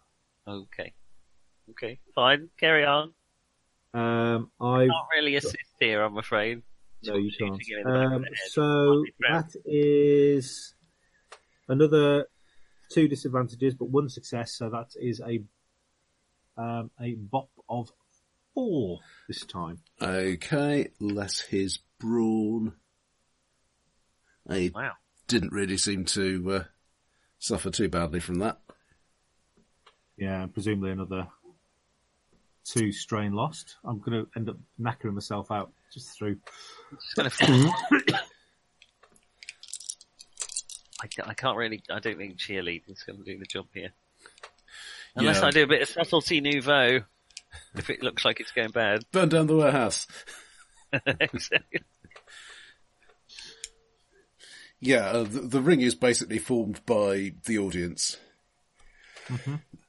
Speaker 4: Okay. Okay, fine, carry on.
Speaker 5: Um, I
Speaker 4: Can't really assist here, I'm afraid.
Speaker 5: No, you
Speaker 4: Shooting him in
Speaker 5: can't.
Speaker 4: the back of
Speaker 5: Um,
Speaker 4: the head.
Speaker 5: so
Speaker 4: Might be fair.
Speaker 5: that is another two disadvantages, but one success. So that is a um, a bop of four this time.
Speaker 3: Okay, less his brawn. He
Speaker 4: Wow.
Speaker 3: didn't really seem to uh, suffer too badly from that.
Speaker 5: Yeah, and presumably another two strain lost. I'm going to end up knackering myself out just through.
Speaker 4: Just gonna f- I, ca- I can't really. I don't think cheerleading's going to do the job here, unless
Speaker 3: Yeah.
Speaker 4: I do a bit of subtlety nouveau. If it looks like it's going bad,
Speaker 3: Burn down the warehouse. Yeah, uh, the, the ring is basically formed by the audience.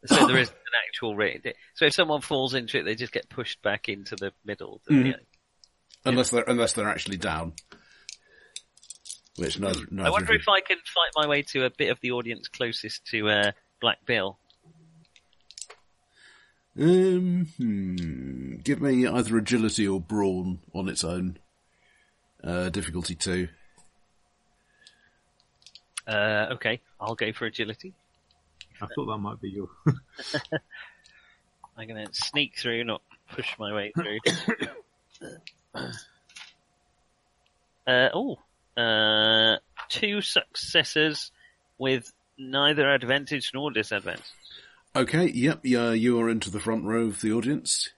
Speaker 4: So there is an actual ring. So if someone falls into it, they just get pushed back into the middle. don't they?
Speaker 3: Unless they're unless they're actually down. Which neither, neither
Speaker 4: I wonder
Speaker 3: of
Speaker 4: if I can fight my way to a bit of the audience closest to uh, Black Bill.
Speaker 3: you- um, hmm. give me either agility or brawn on its own. Uh, difficulty two.
Speaker 4: Uh, okay, I'll go for agility.
Speaker 5: I thought that might be your.
Speaker 4: I'm going to sneak through, not push my way through. uh, oh, uh, two successes with neither advantage nor disadvantage.
Speaker 3: Okay, yep, yeah, you are into the front row of the audience.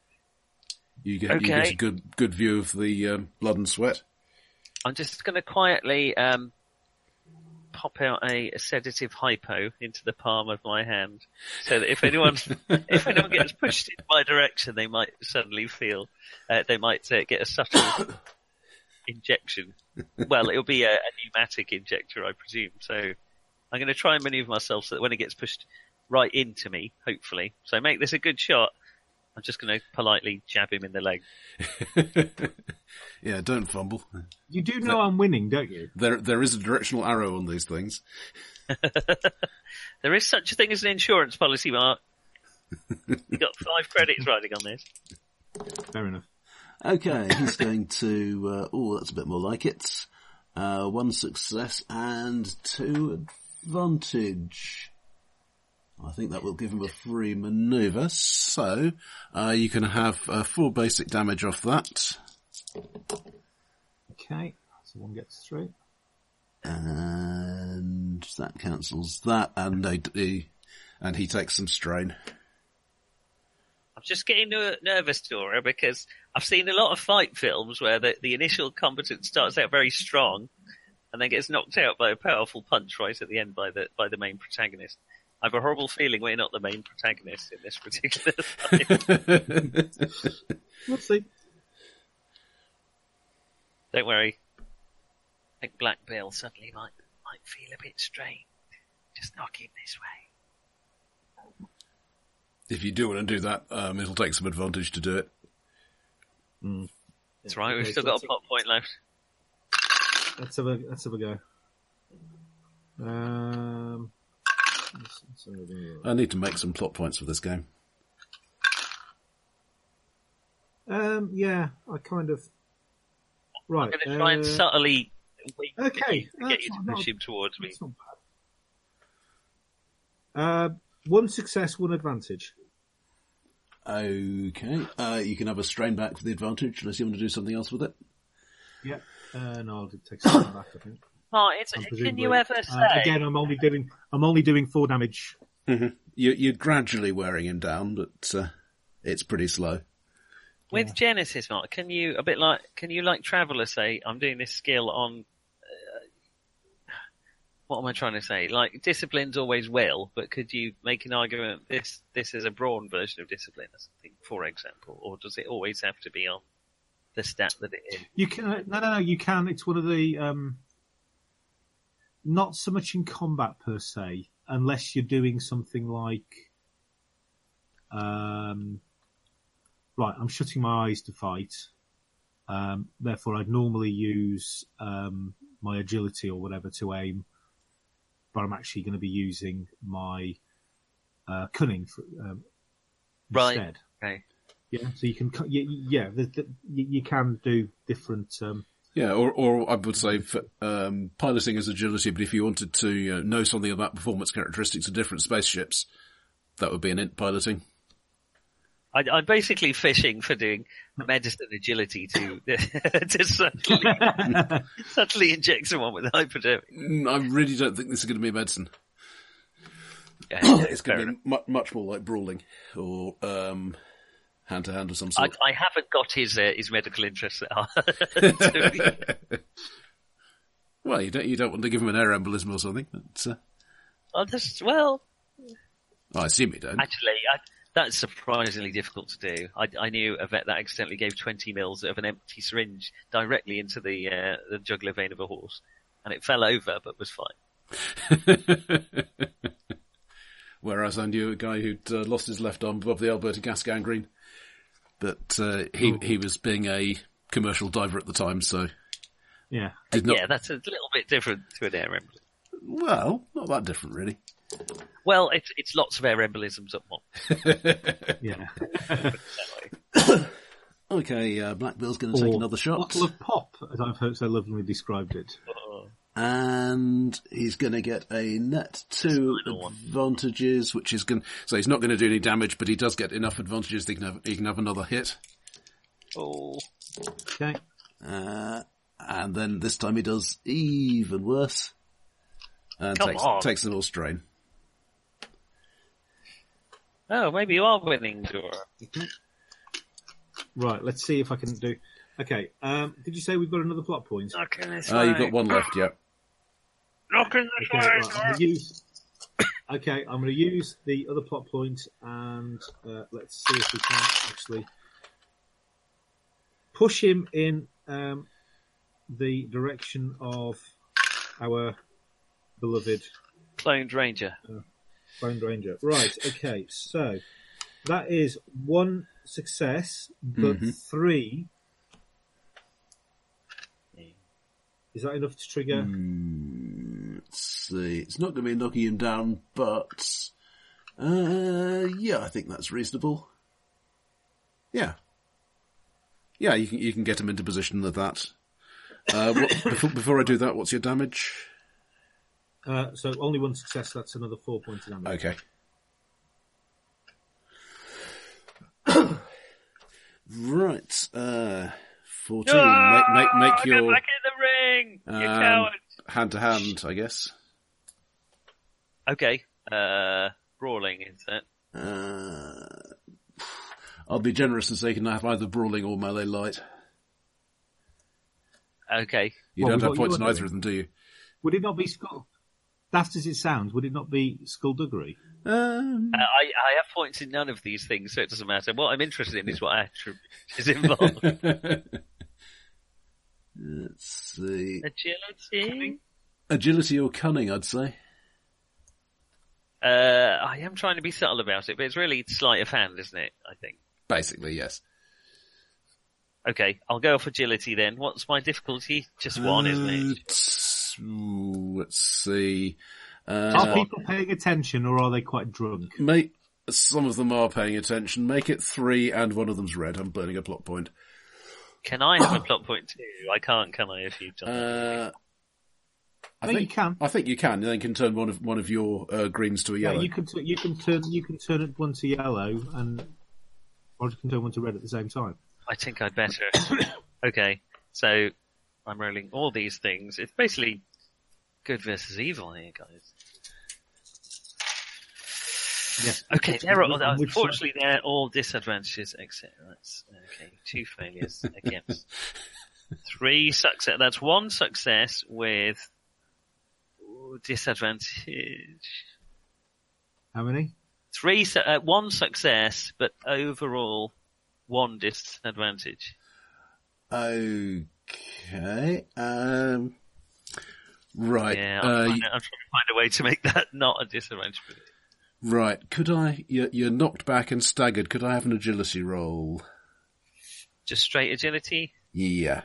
Speaker 3: You get you get
Speaker 4: Okay.
Speaker 3: a good good view of the um, blood and sweat.
Speaker 4: I'm just going to quietly um, pop out a sedative hypo into the palm of my hand, so that if anyone if anyone gets pushed in my direction, they might suddenly feel uh, they might uh, get a subtle injection. Well, it'll be a, a pneumatic injector, I presume. So I'm going to try and manoeuvre myself so that when it gets pushed right into me, hopefully, so make this a good shot. I'm just going to politely jab him in the leg.
Speaker 3: Yeah, don't fumble.
Speaker 5: You do know I'm winning, don't you?
Speaker 3: There there is a directional arrow on these things.
Speaker 4: There is such a thing as an insurance policy, Mark. you got five credits riding on this.
Speaker 5: Fair enough.
Speaker 6: Okay, he's going to. Uh, oh, that's a bit more like it. Uh, one success and two advantage. I think that will give him a free manoeuvre.
Speaker 3: So uh, you can have uh, four basic damage off that.
Speaker 5: Okay, so one gets through.
Speaker 6: And that cancels
Speaker 3: That and they, he, and he takes some strain.
Speaker 4: I'm just getting ner- nervous, Dora, because I've seen a lot of fight films where the, the initial combatant starts out very strong and then gets knocked out by a powerful punch right at the end by the by the main protagonist. I have a horrible feeling we're not the main protagonist in this particular fight.
Speaker 5: We'll see.
Speaker 4: Don't worry. I think Black Bill suddenly might might feel a bit strained. Just knock him this way.
Speaker 3: If you do want to do that, um, it'll take some advantage to do it.
Speaker 4: That's right, we've
Speaker 5: Okay,
Speaker 4: still
Speaker 5: so
Speaker 4: got
Speaker 5: that's
Speaker 4: a
Speaker 5: it.
Speaker 4: plot point left.
Speaker 5: Let's have a let's have a go. Um, let's- let's have a go.
Speaker 3: I need to make some plot points for this game.
Speaker 5: um, yeah, I kind of. Right.
Speaker 4: I'm going to try and
Speaker 5: uh,
Speaker 4: subtly wink at
Speaker 5: okay,
Speaker 4: you to get
Speaker 5: that's
Speaker 4: you to
Speaker 5: not-
Speaker 4: push him towards me.
Speaker 5: That's not bad. Uh, one success, one advantage.
Speaker 6: Okay, uh, you can have a strain back for the advantage unless you want to do something else with it.
Speaker 5: Yeah. Uh, no, I'll do- take some back. I think.
Speaker 4: Mark, it's,
Speaker 5: And
Speaker 4: can you
Speaker 5: presumably-
Speaker 4: ever say?
Speaker 5: Uh, again, I'm only doing I'm only doing four damage.
Speaker 3: You, you're gradually wearing him down, but uh, it's pretty slow.
Speaker 4: with Genesis, Mark, can you a bit like can you like Traveller say I'm doing this skill on? uh, What am I trying to say? Like discipline's always will, but could you make an argument this this is a brawn version of discipline or something, for example, or does it always have to be on the stat that it is?
Speaker 5: You can uh, no no no. You can. It's one of the um, not so much in combat per se, unless you're doing something like, um, right. I'm shutting my eyes to fight. Um, therefore, I'd normally use um, my agility or whatever to aim, but I'm actually going to be using my uh, cunning for, um,
Speaker 4: Right.
Speaker 5: instead.
Speaker 4: Okay.
Speaker 5: Yeah, so you can, cu- y- y- yeah, the, the, you you can do different. Um,
Speaker 3: Yeah, or, or I would say f- um, piloting is agility, but if you wanted to you know, know something about performance characteristics of different spaceships, that would be an int piloting.
Speaker 4: I, I'm basically fishing for doing medicine agility to to suddenly, suddenly inject someone with hypodermic.
Speaker 3: Mm, I really don't think this is going to be medicine.
Speaker 4: Yeah, yeah,
Speaker 3: It's
Speaker 4: fair
Speaker 3: going to
Speaker 4: enough.
Speaker 3: be mu- much more like brawling or um, hand to hand of some
Speaker 4: I,
Speaker 3: sort.
Speaker 4: I haven't got his uh, his medical interests at heart.
Speaker 3: Well, you don't you don't want to give him an air embolism or something. But, uh,
Speaker 4: I'll just, well,
Speaker 3: I assume you don't.
Speaker 4: actually, I, that's surprisingly difficult to do. I, I knew a vet that accidentally gave 20 mils of an empty syringe directly into the uh, the jugular vein of a horse. and it fell over, but was fine.
Speaker 3: Whereas I knew a guy who'd uh, lost his left arm above the Alberta gas gangrene, but uh, he he was being a commercial diver at the time, so
Speaker 5: Yeah.
Speaker 3: did not.
Speaker 4: Yeah, that's a little bit different to an air embolism.
Speaker 3: Well, not that different, really.
Speaker 4: Well, it's it's lots of air embolisms at once.
Speaker 5: Yeah.
Speaker 6: Okay, uh, Black Bill's going to take
Speaker 5: Or
Speaker 6: another shot,
Speaker 5: Bottle of pop, as I've heard so lovingly described it.
Speaker 6: and he's going to get a net two
Speaker 4: Final one.
Speaker 6: advantages, which
Speaker 3: Which is going so he's not going to do any damage, but he does get enough advantages that he can have, he can have another hit,
Speaker 4: Oh,
Speaker 5: Okay.
Speaker 6: Uh, and then this time he does even worse.
Speaker 3: and
Speaker 4: Come
Speaker 3: takes
Speaker 4: on.
Speaker 3: takes an all strain.
Speaker 4: oh, maybe you are winning, Dora.
Speaker 5: Right, let's see if I can do. Okay, um, did you say we've got another plot point?
Speaker 4: Knocking this
Speaker 3: Uh, you've got one left, yeah.
Speaker 4: Knocking this
Speaker 5: Okay, right, I'm gonna use. Okay, I'm going to use the other plot point, and uh, let's see if we can actually push him in um, the direction of our beloved
Speaker 4: Cloned Ranger.
Speaker 5: Lone Ranger. Right. Okay. So that is one success, but
Speaker 3: Mm-hmm.
Speaker 5: three. Is that enough to trigger?
Speaker 3: Mm.
Speaker 6: Let's see. It's not going to be knocking him down, but uh, yeah, I think that's reasonable.
Speaker 3: Yeah. Yeah, you can you can get him into position of that. Uh, what, before, before I do that, what's your damage?
Speaker 5: Uh, so only one success. That's another four points of damage.
Speaker 3: Okay.
Speaker 6: Right, uh, fourteen.
Speaker 3: make- make- make
Speaker 4: Oh,
Speaker 3: your-
Speaker 4: Get back in the ring, you
Speaker 3: Um,
Speaker 4: coward.
Speaker 3: Hand to hand, I guess.
Speaker 4: Okay, uh, brawling is that?
Speaker 6: Uh,
Speaker 3: I'll be generous and say you can have either brawling or melee light.
Speaker 4: Okay,
Speaker 3: You
Speaker 5: Well,
Speaker 3: don't
Speaker 5: we've
Speaker 3: have
Speaker 5: got
Speaker 3: points
Speaker 5: you
Speaker 3: in
Speaker 5: on
Speaker 3: either of them, do you?
Speaker 5: Would it not be skull? Daft as it sounds, would it not be skullduggery?
Speaker 3: Um,
Speaker 4: uh, I I have points in none of these things, so it doesn't matter. What I'm interested in is what attribute is involved.
Speaker 3: Um,
Speaker 6: let's see.
Speaker 4: Agility.
Speaker 3: agility or cunning, I'd say.
Speaker 4: Uh, I am trying to be subtle about it, but it's really sleight of hand, isn't it? I think.
Speaker 3: Basically, yes.
Speaker 4: Okay, I'll go off agility then. What's my difficulty? Just one, isn't
Speaker 3: Uh,
Speaker 4: it?
Speaker 3: Let's, ooh, let's see.
Speaker 5: Are
Speaker 3: Uh,
Speaker 5: people paying attention, or are they quite drunk?
Speaker 3: make, some of them are paying attention. Make it three and one of them's red. I'm burning a plot point.
Speaker 4: Can I have a plot point too? I can't, can I? If you've done that?
Speaker 3: Uh, I
Speaker 5: No, you can.
Speaker 3: I think you can. And then can turn one of one of your uh, greens to a
Speaker 5: Yeah,
Speaker 3: yellow.
Speaker 5: you can t- you can turn you can turn it one to yellow, and or you can turn one to red at the same time.
Speaker 4: I think I'd better. okay, so I'm rolling all these things. It's basically good versus evil here, guys.
Speaker 5: Yes.
Speaker 4: Okay, they're all,
Speaker 5: And which side?
Speaker 4: uh, unfortunately they're all disadvantages except that's okay. Two failures against three success. That's one success with disadvantage.
Speaker 5: How many?
Speaker 4: Three, su- uh, one success, but overall one disadvantage.
Speaker 6: Okay. Um,
Speaker 3: right.
Speaker 4: Yeah, I'm,
Speaker 3: uh,
Speaker 4: trying, to, I'm trying to find a way to make that not a disadvantage.
Speaker 3: right. Could I? You're, you're knocked back and staggered. Could I have an agility roll?
Speaker 4: Just straight agility.
Speaker 3: Yeah.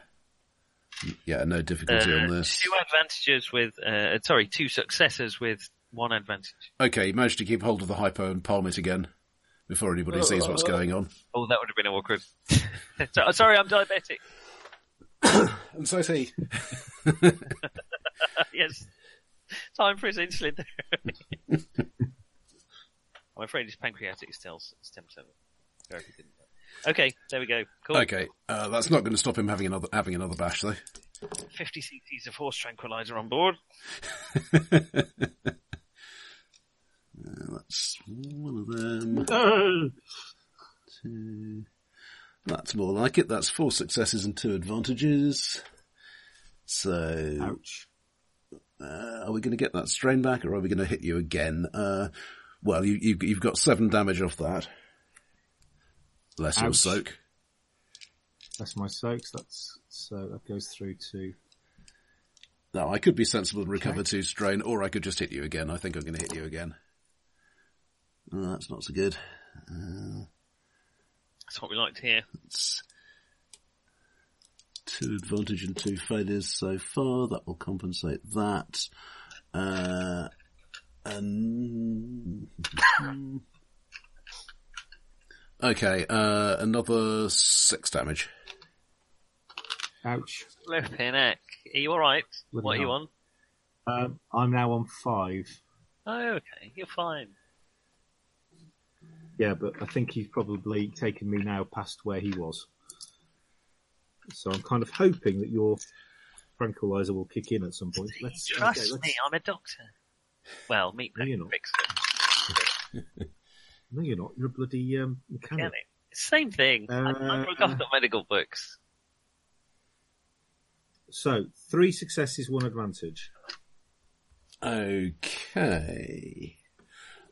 Speaker 3: Yeah. No
Speaker 4: Uh,
Speaker 3: difficulty on this.
Speaker 4: two advantages with, uh, sorry, two successes with one advantage.
Speaker 3: Okay, you managed to keep hold of the hypo and palm it again before anybody sees what's going on.
Speaker 4: Oh, that would have been awkward. So- sorry, I'm diabetic.
Speaker 3: And so see.
Speaker 4: yes. Time for his insulin therapy. I'm afraid his pancreatic stem stem cell therapy didn't work. Okay, there we go. Cool.
Speaker 3: Okay, uh, that's not going to stop him having another having another bash though.
Speaker 4: 50 cc's of horse tranquilizer on board.
Speaker 6: that's one of them. That's more like it. That's four successes and two advantages. So,
Speaker 5: Ouch.
Speaker 6: uh, are we going to get that strain back, or are we going to hit you again? Uh, well, you, you, you've got seven damage off that.
Speaker 3: Less your
Speaker 5: Ouch.
Speaker 3: soak.
Speaker 5: That's my soaks. That's so that goes through to
Speaker 3: Now, I could be sensible and recover two strain, or I could just hit you again. I think I'm going to hit you again.
Speaker 6: Oh, that's not so good.
Speaker 4: That's what we like to hear.
Speaker 6: It's two advantage and two failures so far. That will compensate that. Uh, and
Speaker 3: Okay, uh, another six damage.
Speaker 5: Ouch.
Speaker 4: Flipping heck. Are you alright?
Speaker 5: Bloody
Speaker 4: What are you
Speaker 5: hell.
Speaker 4: on?
Speaker 5: Um, I'm now on five.
Speaker 4: Oh, okay. You're fine.
Speaker 5: Yeah, but I think he's probably taken me now past where he was. So I'm kind of hoping that your tranquilizer will kick in at some point. Let's,
Speaker 4: Trust
Speaker 5: okay, let's-
Speaker 4: me, I'm a doctor. Well, meet
Speaker 5: No,
Speaker 4: that
Speaker 5: you're not.
Speaker 4: fixer.
Speaker 5: No, you're not. You're a bloody um, mechanic.
Speaker 4: Get it? Same thing. I, I broke off
Speaker 5: Uh,
Speaker 4: the medical books.
Speaker 5: So three successes, one advantage.
Speaker 3: Okay.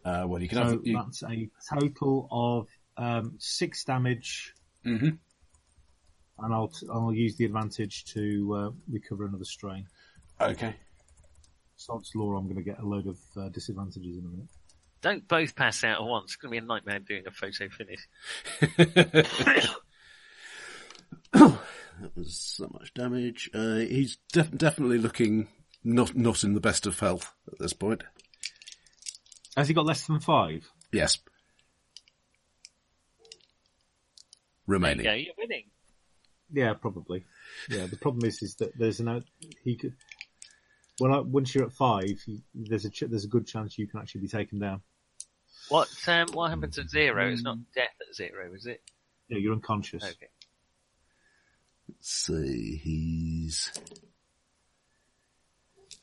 Speaker 3: Uh, well, you can
Speaker 5: So
Speaker 3: have. You,
Speaker 5: that's a total of um, six damage,
Speaker 3: Mhm.
Speaker 5: and I'll t- I'll use the advantage to uh, recover another strain.
Speaker 3: Okay.
Speaker 5: Sod's law. I'm going to get a load of uh, disadvantages in a minute.
Speaker 4: Don't both pass out at once. It's going to be a nightmare doing a photo finish.
Speaker 6: that was so much damage.
Speaker 3: Uh, he's def- definitely looking not not in the best of health at this point.
Speaker 5: Has he got less than five?
Speaker 3: Yes.
Speaker 4: There you go.
Speaker 3: Remaining.
Speaker 4: You're winning.
Speaker 5: Yeah, probably. Yeah, the problem is is that there's an out- he could. When I, once you're at five, you, there's a ch- there's a good chance you can actually be taken down.
Speaker 4: What um, what happens at zero? It's not
Speaker 5: Mm.
Speaker 4: death at zero, is it?
Speaker 5: Yeah, you're unconscious.
Speaker 4: Okay.
Speaker 6: Let's see, he's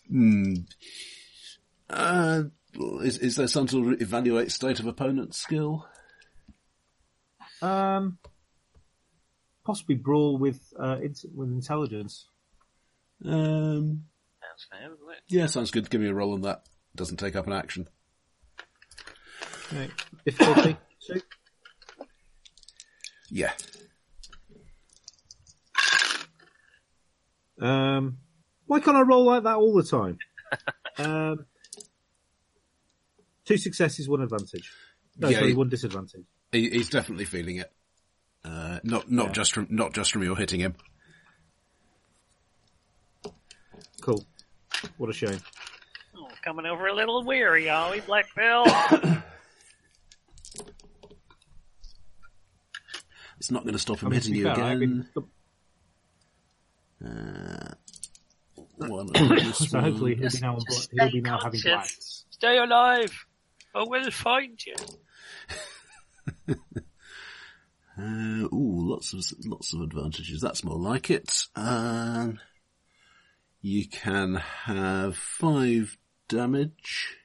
Speaker 3: Hmm. Uh, is, is there some sort of evaluate state of opponent skill?
Speaker 5: Um, possibly brawl with uh, int with intelligence.
Speaker 3: Um,
Speaker 4: Sounds fair, doesn't it?
Speaker 3: yeah, sounds good. Give me a roll on that. Doesn't take up an action.
Speaker 5: Right. Difficulty two.
Speaker 3: Yeah.
Speaker 5: Um, why can't I roll like that all the time? um, two successes, one advantage. No,
Speaker 3: Yeah,
Speaker 5: sorry,
Speaker 3: you-
Speaker 5: one disadvantage.
Speaker 3: He, he's definitely feeling it. Uh, not not just from not just from your hitting him.
Speaker 5: Cool. What a shame.
Speaker 4: Oh, coming over a little weary, are we, Black Bill?
Speaker 6: it's not going to stop him
Speaker 5: I mean, to
Speaker 6: hitting
Speaker 5: be
Speaker 6: you
Speaker 5: fair, I've
Speaker 6: again.
Speaker 5: been-
Speaker 6: One on this
Speaker 5: so
Speaker 6: one.
Speaker 5: hopefully he'll be now, on bla- he'll be now having black.
Speaker 4: Stay alive. I will find you.
Speaker 6: Uh, ooh, lots of lots of advantages. That's more like it. Um, you can have five damage,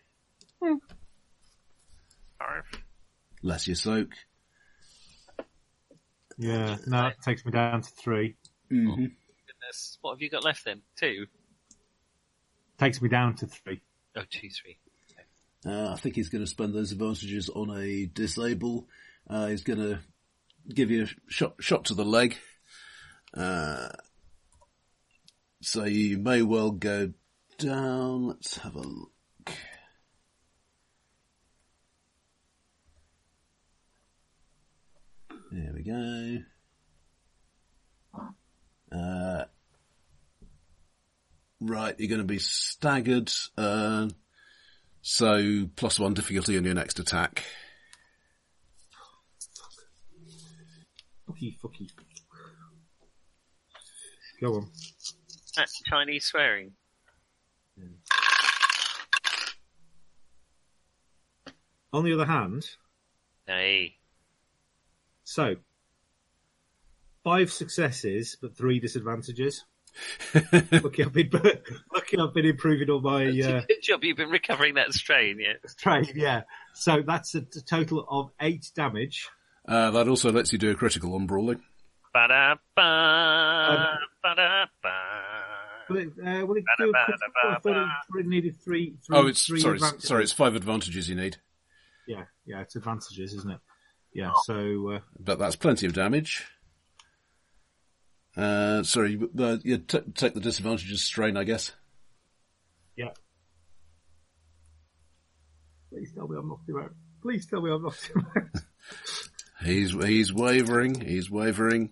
Speaker 4: Arf.
Speaker 6: less your soak.
Speaker 5: Yeah, no, that takes me down to three.
Speaker 4: Goodness. What have you got left then? Two?
Speaker 5: Takes me down to three.
Speaker 4: Oh, two, three.
Speaker 6: Uh, I think he's going to spend those advantages on a disable. Uh, he's going to give you a shot shot to the leg. Uh, so you may well go down. Let's have a look. There we go. Uh,
Speaker 3: Right, you're going to be staggered. Uh, so plus one difficulty on your next attack.
Speaker 5: Fucky, fucky. Go on.
Speaker 4: That's Chinese swearing.
Speaker 5: On the other hand,
Speaker 4: Nay.
Speaker 5: so five successes but three disadvantages. lucky I've been lucky I've been improving all my uh,
Speaker 4: Good job you've been recovering that strain, yeah?
Speaker 5: trade. Yeah, so that's a t- total of eight damage.
Speaker 3: Uh, that also lets you do a critical on brawling.
Speaker 4: Ba-da-ba,
Speaker 5: Um,
Speaker 4: ba-da-ba.
Speaker 5: Will it, uh, will it do a critical? I thought it- thought it needed three. three
Speaker 3: Oh, it's
Speaker 5: three
Speaker 3: sorry, it's,
Speaker 5: advantages.
Speaker 3: sorry, it's five advantages you need,
Speaker 5: Yeah, yeah, it's advantages, isn't it? Yeah. So uh,
Speaker 3: but that's plenty of damage. Uh, sorry, you, uh, you t- take the disadvantages strain, I guess.
Speaker 5: Yeah. Please tell me I'm not too out. Please tell me I'm not too out.
Speaker 3: He's he's wavering. He's wavering.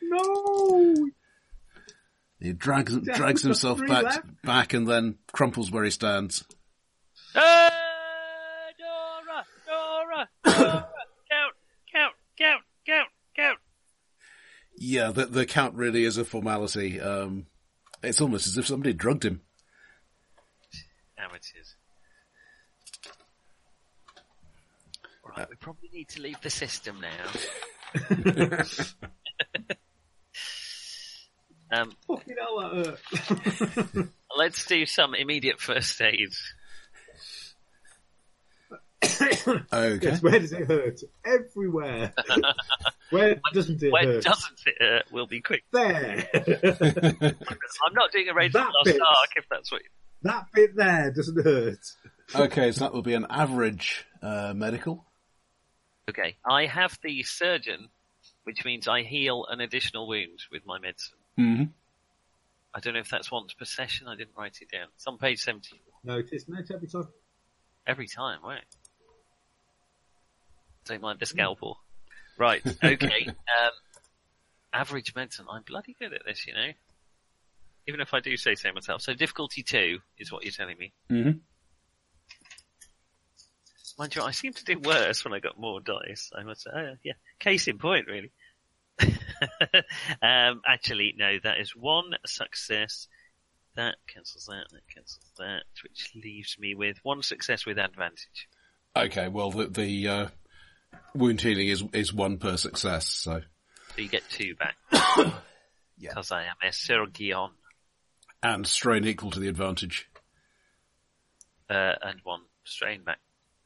Speaker 5: No!
Speaker 3: He drags
Speaker 5: Yeah,
Speaker 3: drags
Speaker 5: we've got
Speaker 3: himself
Speaker 5: three
Speaker 3: back
Speaker 5: left.
Speaker 3: back and then crumples where he stands.
Speaker 4: Uh, Dora, Dora, Dora, count, count, count, count, count.
Speaker 3: Yeah, the the count really is a formality. Um, it's almost as if somebody drugged him.
Speaker 4: Amateurs. Right, we probably need to leave the system now. um,
Speaker 5: Fucking hell, that hurt.
Speaker 4: let's do some immediate first aid.
Speaker 3: Okay.
Speaker 5: Yes, where does it hurt? Everywhere. where doesn't it
Speaker 4: Where
Speaker 5: hurt?
Speaker 4: doesn't it hurt? We'll be quick.
Speaker 5: there.
Speaker 4: I'm not doing a Raiders of
Speaker 5: That
Speaker 4: the
Speaker 5: bit.
Speaker 4: Lost Ark if that's what.
Speaker 5: that bit there doesn't hurt.
Speaker 3: okay, so that will be an average uh, medical.
Speaker 4: Okay, I have the surgeon, which means I heal an additional wound with my medicine.
Speaker 3: Mhm.
Speaker 4: I don't know if that's once per session. I didn't write it down. It's on page 70.
Speaker 5: No, it isn't it every time.
Speaker 4: Every time, right? Don't mind the scalpel. Right, okay. um, average medicine. I'm bloody good at this, you know. Even if I do say so myself. So difficulty two is what you're telling me.
Speaker 3: Mhm.
Speaker 4: Mind you, I seem to do worse when I got more dice. I must say, oh, yeah. Case in point, really. um, actually, no, that is one success. That cancels that, that cancels that, which leaves me with one success with advantage.
Speaker 3: Okay, well the the uh, wound healing is is one per success. So
Speaker 4: So you get two back.
Speaker 3: Yeah.
Speaker 4: Because I am a Sergion,
Speaker 3: and strain equal to the advantage.
Speaker 4: uh, and one strain back.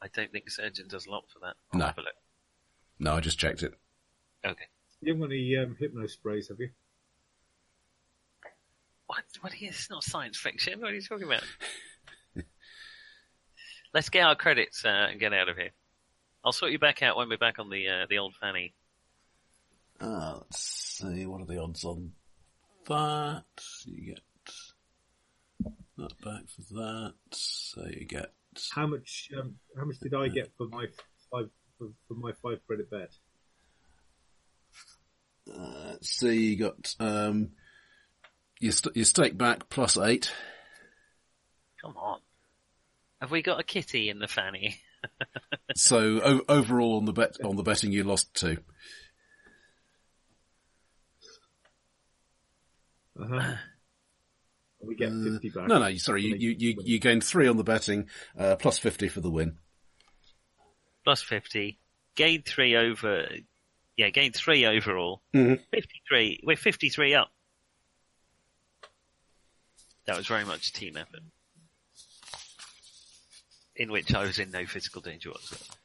Speaker 4: I don't think Surgeon does a lot for that. I'll
Speaker 3: No.
Speaker 4: have a look.
Speaker 3: No, I just checked it.
Speaker 4: Okay.
Speaker 5: You haven't got any um, hypno sprays, have you?
Speaker 4: What? What is? It's not science fiction. What are you talking about? Let's get our credits uh, and get out of here. I'll sort you back out when we're back on the uh, the old fanny.
Speaker 3: Ah,
Speaker 6: Uh, let's see, what are the odds on that? You get that back for that. So you get
Speaker 5: How much? Um, how much did I get for my five for, for my five credit bet?
Speaker 6: let's see, you got um,
Speaker 3: Your st- your stake back plus eight.
Speaker 4: Come on. Have we got a kitty in the fanny?
Speaker 3: So o- overall on the bet on the betting you lost two.
Speaker 5: Uh-huh. And we get fifty back.
Speaker 3: Uh, No, no, sorry, you you you, you gained three on the betting, uh, plus fifty for the win.
Speaker 4: Plus fifty. Gain three over. Yeah, gain three overall. Fifty three. We're fifty three up. That was very much a team effort. In which I was in no physical danger whatsoever.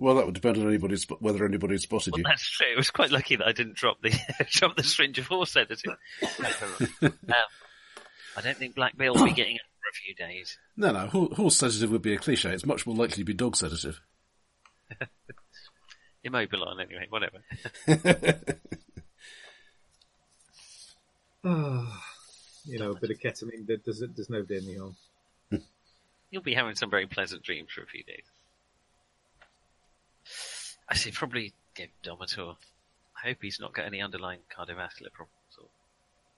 Speaker 3: Well, that would depend on anybody's whether anybody had spotted you.
Speaker 4: That's true. It was quite lucky that I didn't drop the drop the syringe of horse sedative. um, I don't think Black Bill will be getting it for a few days.
Speaker 3: No, no, hor- horse sedative would be a cliche. It's much more likely to be dog sedative.
Speaker 4: Immobiline anyway, whatever.
Speaker 5: Ah, you know, a bit of ketamine. There, there's, there's no day any harm.
Speaker 4: You'll be having some very pleasant dreams for a few days. I should probably give Dom a tour. I hope he's not got any underlying cardiovascular problems. Or...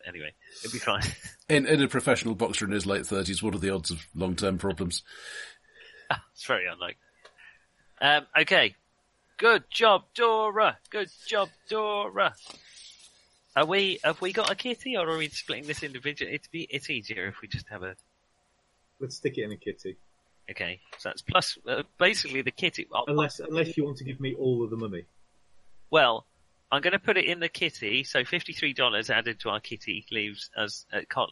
Speaker 4: Anyway, it'll be fine.
Speaker 3: In in a professional boxer in his late thirties, what are the odds of long term problems?
Speaker 4: it's very unlikely. Um, okay. Good job, Dora. Good job, Dora. Are we, have we got a kitty or are we splitting this individually? It'd be, it's easier if we just have a,
Speaker 5: Let's stick it in a kitty.
Speaker 4: okay. So that's plus, uh, basically the kitty. oh,
Speaker 5: Unless, unless you want to give me all of the money.
Speaker 4: Well, I'm going to put it in the kitty. So fifty-three dollars added to our kitty leaves us at cot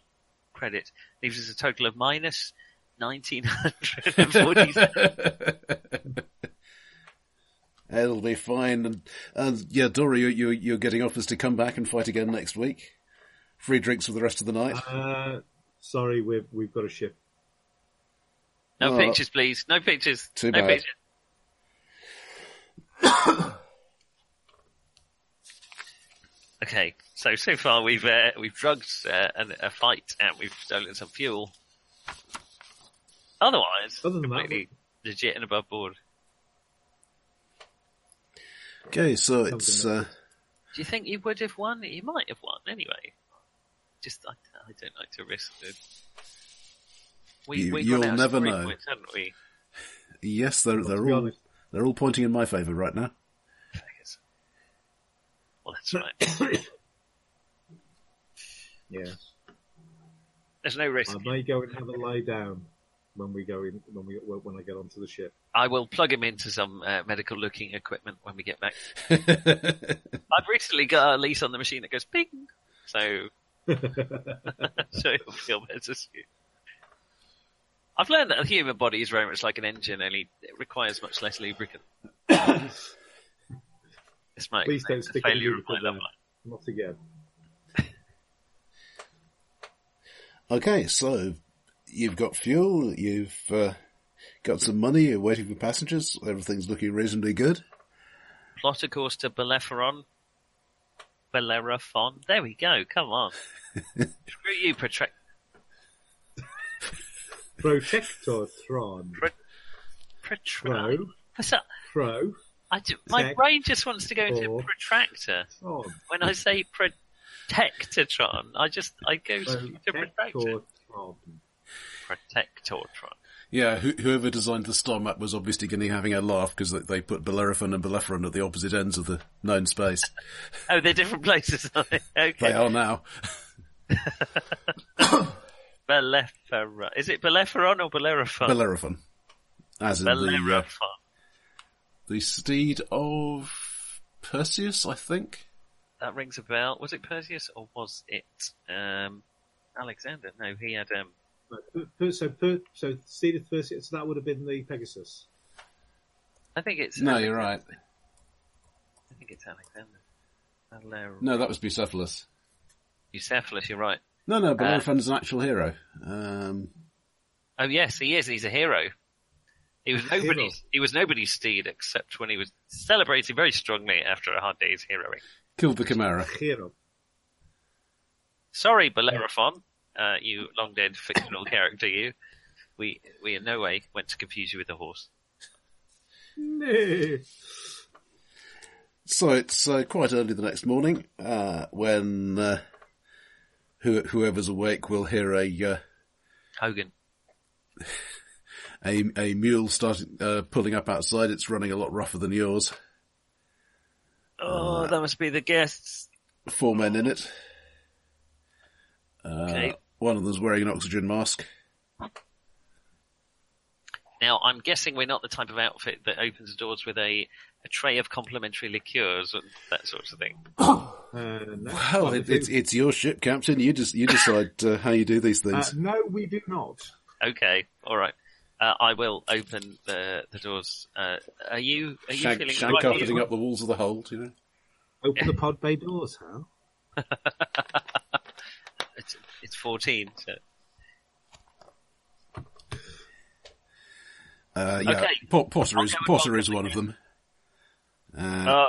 Speaker 4: credit leaves us a total of minus nineteen hundred and forty.
Speaker 3: It'll be fine. And, and yeah, Dora, you, you you're getting offers to come back and fight again next week. Free drinks for the rest of the night.
Speaker 5: Uh, sorry, we've we've got a ship.
Speaker 4: no
Speaker 3: Well,
Speaker 4: pictures, please. No pictures.
Speaker 3: too
Speaker 4: no
Speaker 3: bad.
Speaker 4: pictures. okay, so so far we've uh, we've drugged uh, an, a fight and we've stolen some fuel. Otherwise,
Speaker 5: Other than that,
Speaker 4: completely legit and above board.
Speaker 3: Okay, so it's uh,
Speaker 4: Do you think he would have won? He might have won anyway. Just I, I don't like to risk it. We,
Speaker 3: You-
Speaker 4: we
Speaker 3: you'll
Speaker 4: got out of
Speaker 3: never
Speaker 4: three
Speaker 3: know.
Speaker 4: Points, haven't we?
Speaker 3: yes, they're
Speaker 5: to
Speaker 3: they're
Speaker 5: be
Speaker 3: all
Speaker 5: honest.
Speaker 3: they're all pointing in my favour right now.
Speaker 4: Well, that's right.
Speaker 5: Yeah.
Speaker 4: There's no risk.
Speaker 5: I may go and have a lay down when we go in when we when I get onto the ship.
Speaker 4: I will plug him into some uh, medical looking equipment when we get back. I've recently got a lease on the machine that goes ping, so so it'll feel better soon. I've learned that a human body is very much like an engine, only it requires much less lubricant. this might
Speaker 5: Please
Speaker 4: explain
Speaker 5: don't
Speaker 4: the
Speaker 5: stick any
Speaker 4: failure of my
Speaker 5: lubricant
Speaker 4: love
Speaker 5: there.
Speaker 4: life.
Speaker 5: Not again.
Speaker 3: Okay, so you've got fuel, you've uh, got some money, you're waiting for passengers, everything's looking reasonably good.
Speaker 4: Plot a course to Bellerophon. Bellerophon. There we go. Come on. Screw you, Protractor.
Speaker 5: Protector Tron. Pro
Speaker 4: Protractor. What's that?
Speaker 5: Pro
Speaker 4: I do, my
Speaker 5: Protect
Speaker 4: brain just wants to go into
Speaker 5: or-
Speaker 4: protractor.
Speaker 5: Tron.
Speaker 4: When I say protectatron, I just I go to
Speaker 5: Protector
Speaker 4: protractor.
Speaker 5: Tron.
Speaker 4: Protectortron.
Speaker 7: Yeah, who, whoever designed the star map was obviously going to be having a laugh because they, they put Bellerophon and Bellerophon at the opposite ends of the known space.
Speaker 4: Oh, they're different places, are they?
Speaker 7: They
Speaker 4: Okay.
Speaker 7: are now.
Speaker 4: Bellephara. Is it Bellephron or Bellerophon?
Speaker 7: Bellerophon. As in the, uh,
Speaker 4: Bellerophon.
Speaker 7: the steed of Perseus, I think.
Speaker 4: That rings a bell. Was it Perseus or was it um, Alexander? No, he had um,
Speaker 5: Right, per- So, per, so Steed of Perseus, so that would have been the Pegasus.
Speaker 4: I think it's
Speaker 7: No,
Speaker 4: Ale-
Speaker 7: you're right.
Speaker 4: I think it's Alexander. Bellerophon.
Speaker 7: No, that was Bucephalus.
Speaker 4: Bucephalus, you're right.
Speaker 7: No, no, Bellerophon is an actual hero. Um,
Speaker 4: Oh yes, he is. He's a hero. He was
Speaker 5: hero.
Speaker 4: nobody's. He was nobody's steed except when he was celebrated very strongly after a hard day's heroing.
Speaker 7: killed the Chimera.
Speaker 5: Hero.
Speaker 4: Sorry, Bellerophon, uh, you long dead fictional character. You, we we in no way went to confuse you with a horse.
Speaker 5: No.
Speaker 3: So it's uh, quite early the next morning uh, when uh, who, whoever's awake will hear a uh,
Speaker 4: Hogan.
Speaker 3: a, a mule starting uh, pulling up outside. It's running a lot rougher than yours.
Speaker 4: Oh, that must be the guests.
Speaker 3: Four men in it.
Speaker 7: Uh,
Speaker 3: Uh,
Speaker 4: Okay.
Speaker 3: One of them's wearing an oxygen mask.
Speaker 4: Now, I'm guessing we're not the type of outfit that opens doors with a, a tray of complimentary liqueurs and that sort of thing.
Speaker 5: Uh, no.
Speaker 3: Oh,
Speaker 5: Well,
Speaker 3: it,
Speaker 5: we
Speaker 3: it's
Speaker 5: do-
Speaker 3: it's your ship, Captain. You just you decide uh, how you do these
Speaker 5: uh,
Speaker 3: things.
Speaker 5: no, we do not.
Speaker 4: Okay, all right. Uh, I will open the the doors. Uh, are you are you
Speaker 7: Shank,
Speaker 4: feeling
Speaker 7: shank
Speaker 4: like you-
Speaker 7: carpeting up the walls of the hold, you know.
Speaker 5: Open the pod bay doors, Hal.
Speaker 4: It's, it's 14. So.
Speaker 3: Uh, yeah,
Speaker 4: Okay.
Speaker 3: Po- Potter is
Speaker 4: Okay, we've
Speaker 3: Potter
Speaker 4: got
Speaker 3: is one of them.
Speaker 4: Uh,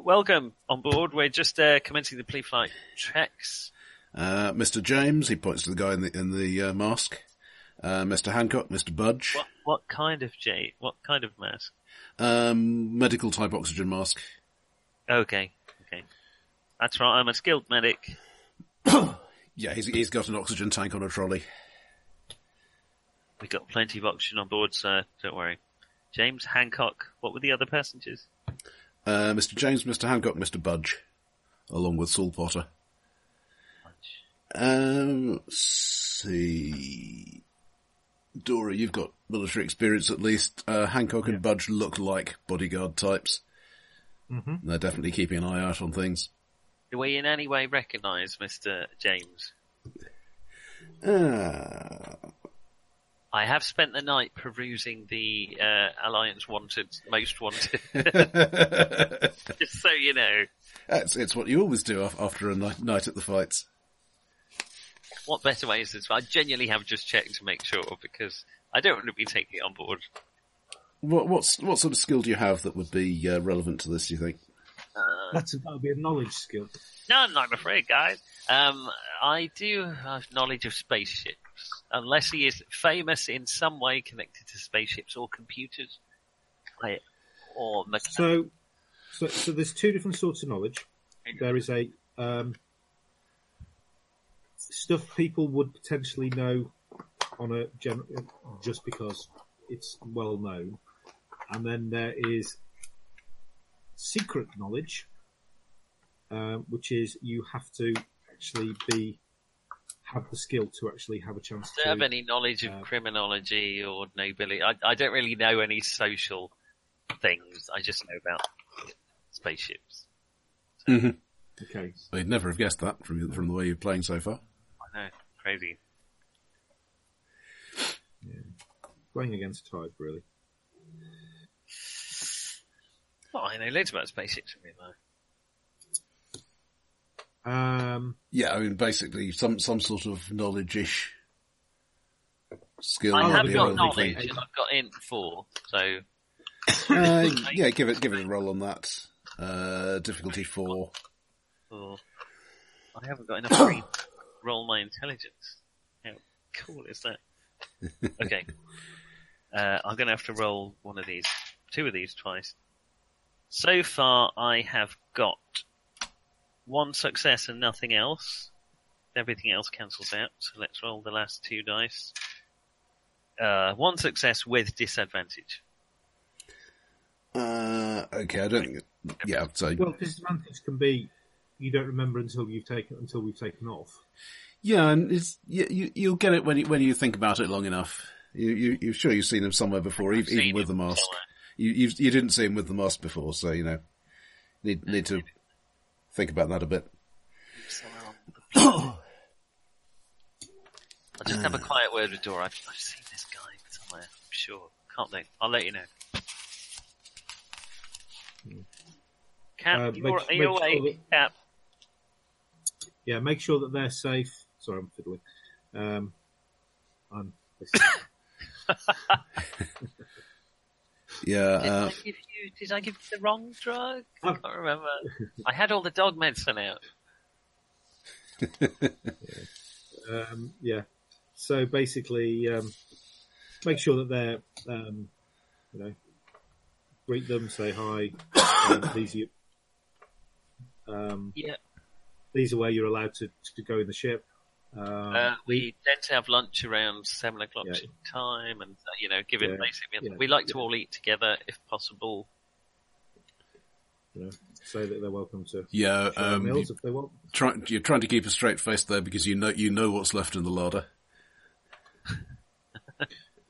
Speaker 4: welcome on board. We're just uh, commencing the pre-flight checks.
Speaker 3: Uh, Mr. James, he points to the guy in the in the uh, mask. Uh, Mr. Hancock, Mr. Budge,
Speaker 4: What what kind of J? What kind of mask?
Speaker 3: um, medical type oxygen mask.
Speaker 4: Okay, okay. That's right. I'm a skilled medic.
Speaker 3: Yeah, he's he's got an oxygen tank on a trolley.
Speaker 4: We've got plenty of oxygen on board, sir. Don't worry. James Hancock. What were the other passengers?
Speaker 3: Uh, Mr. James, Mr. Hancock, Mr. Budge, along with Saul Potter. Um, let's see. Dora, you've got military experience at least. Uh, Hancock and Budge look like bodyguard types. Mm-hmm. They're definitely keeping an eye out on things.
Speaker 4: Do we in any way recognise Mr. James?
Speaker 3: Ah,
Speaker 4: I have spent the night perusing the uh, Alliance Wanted, Most Wanted. Just so you know.
Speaker 3: that's it's what you always do af- after a night, night at the fights.
Speaker 4: what better way is this? I genuinely have just checked to make sure because I don't want to be taking it on board.
Speaker 3: What what's what sort of skill do you have that would be uh, relevant to this? Do you think?
Speaker 5: That's that would be a knowledge skill.
Speaker 4: None, I'm afraid, guys. Um, I do have knowledge of spaceships. unless he is famous in some way connected to spaceships or computers I- or mechanics.
Speaker 5: So, so, so there's two different sorts of knowledge. There is a um, stuff people would potentially know on a gen- just because it's well known, and then there is secret knowledge, um, which is you have to actually be have the skill to actually have a chance
Speaker 4: I don't have
Speaker 5: to.
Speaker 4: any knowledge of
Speaker 5: Uh,
Speaker 4: criminology or nobility. I, I don't really know any social things. I just know about spaceships.
Speaker 5: Okay,
Speaker 3: They'd never have guessed that from from the way you're playing so far.
Speaker 4: I know, crazy.
Speaker 5: playing against type really.
Speaker 4: Well, I know loads about spaceships in real life.
Speaker 5: Um,
Speaker 3: Yeah, I mean, basically some some sort of knowledge-ish skill.
Speaker 4: I
Speaker 3: might
Speaker 5: that'd
Speaker 4: have
Speaker 3: be
Speaker 5: Oh, be
Speaker 3: a
Speaker 4: got
Speaker 3: relevant
Speaker 5: relevant,
Speaker 3: thing.
Speaker 4: knowledge, and I've got in four. So
Speaker 3: Uh, yeah, give it give it a roll on that. Uh, difficulty four.
Speaker 4: four. I haven't got enough green. to Roll my intelligence. How cool is that? Okay. Uh, I'm going to have to roll one of these, two of these twice. So far, I have got one success and nothing else. Everything else cancels out. So let's roll the last two dice. Uh, one success with disadvantage.
Speaker 3: Uh, okay, I don't think. Yeah, so
Speaker 5: well, disadvantage can be you don't remember until you've taken until we've taken off.
Speaker 3: yeah, and it's you, you you'll get it when you, when you think about it long enough. You you you're sure you've seen him somewhere before, even,
Speaker 4: seen
Speaker 3: even with the
Speaker 4: him
Speaker 3: mask.
Speaker 4: somewhere.
Speaker 3: You you you didn't see him with the mask before, so you know need need to think about that a bit.
Speaker 4: I'll just have a quiet word with Dora. I've, I've seen this guy somewhere, I'm sure. Can't they? I'll let you know. Cap,
Speaker 5: Hmm. Uh,
Speaker 4: you're,
Speaker 5: make-
Speaker 4: are you
Speaker 5: make sure
Speaker 4: awake? Cap,
Speaker 5: Yeah, make sure that they're safe. Sorry, I'm fiddling. Um, I'm
Speaker 3: Yeah,
Speaker 4: did,
Speaker 3: uh,
Speaker 4: I give you, did I give you the wrong drug? I
Speaker 5: Um,
Speaker 4: can't remember. I had all the dog medicine out.
Speaker 5: um, yeah. So basically, um, make sure that they're, um, you know, greet them, say hi. um, these are, your- um,
Speaker 4: Yeah.
Speaker 5: these are where you're allowed to, to go in the ship. Um,
Speaker 4: Uh, we tend to have lunch around seven o'clock
Speaker 5: Yeah.
Speaker 4: time, and uh, you know, give it
Speaker 5: Yeah.
Speaker 4: basic. meals.
Speaker 5: Yeah.
Speaker 4: We like to all eat together if possible.
Speaker 5: you know, say that they're welcome to
Speaker 3: yeah.
Speaker 5: share
Speaker 3: Um,
Speaker 5: meals
Speaker 3: you
Speaker 5: if they want.
Speaker 3: try, you're trying to keep a straight face there because you know you know what's left in the larder.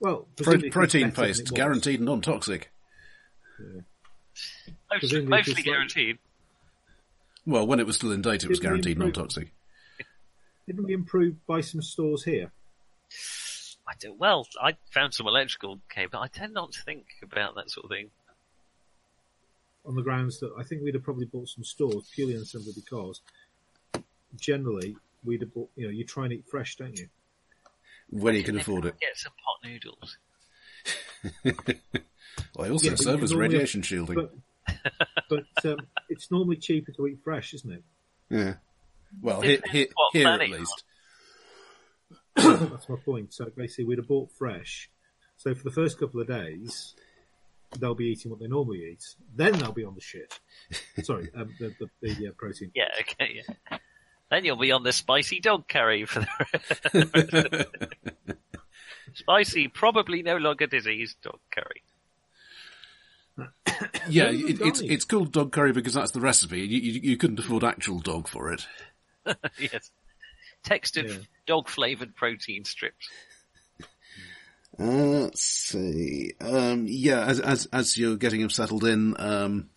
Speaker 5: Well,
Speaker 3: Pro-
Speaker 5: presumably it's
Speaker 3: protein
Speaker 5: better than it
Speaker 3: paste,
Speaker 5: was.
Speaker 3: guaranteed non-toxic.
Speaker 4: Mostly,
Speaker 5: Presumably
Speaker 4: mostly
Speaker 5: just like-
Speaker 4: guaranteed.
Speaker 3: Well, when it was still in date, it was
Speaker 5: Didn't
Speaker 3: guaranteed
Speaker 5: improve.
Speaker 3: non-toxic.
Speaker 5: Didn't we improve by some stores here?
Speaker 4: I do, well, I found some electrical cable. I tend not to think about that sort of thing.
Speaker 5: on the grounds that I think we'd have probably bought some stores purely and simply because generally we'd have bought, you know, you try and eat fresh, don't you?
Speaker 3: When you can afford it.
Speaker 4: Get some pot noodles.
Speaker 3: Well, they also
Speaker 5: Yeah, but
Speaker 3: serve
Speaker 5: you
Speaker 3: as
Speaker 5: can normally-
Speaker 3: radiation shielding.
Speaker 5: But, but um, it's normally cheaper to eat fresh, isn't it?
Speaker 3: yeah. Well, here,
Speaker 4: Depends
Speaker 3: here,
Speaker 4: what
Speaker 3: here at
Speaker 4: planet
Speaker 3: least.
Speaker 5: That's my point. So basically, we'd have bought fresh. So for the first couple of days, they'll be eating what they normally eat. Then they'll be on the shit. Sorry, um, the, the, the uh, protein.
Speaker 4: Yeah, okay, yeah. Then you'll be on the spicy dog curry for the spicy, probably no longer diseased dog curry.
Speaker 3: Yeah,
Speaker 5: Where are
Speaker 3: it,
Speaker 5: you
Speaker 3: it's
Speaker 5: going?
Speaker 3: it's called dog curry because that's the recipe. You, you, you couldn't afford actual dog for it.
Speaker 4: yes, textured
Speaker 5: Yeah.
Speaker 4: dog flavored protein strips.
Speaker 3: Uh, let's see. Um, yeah, as, as, as you're getting him settled in, um,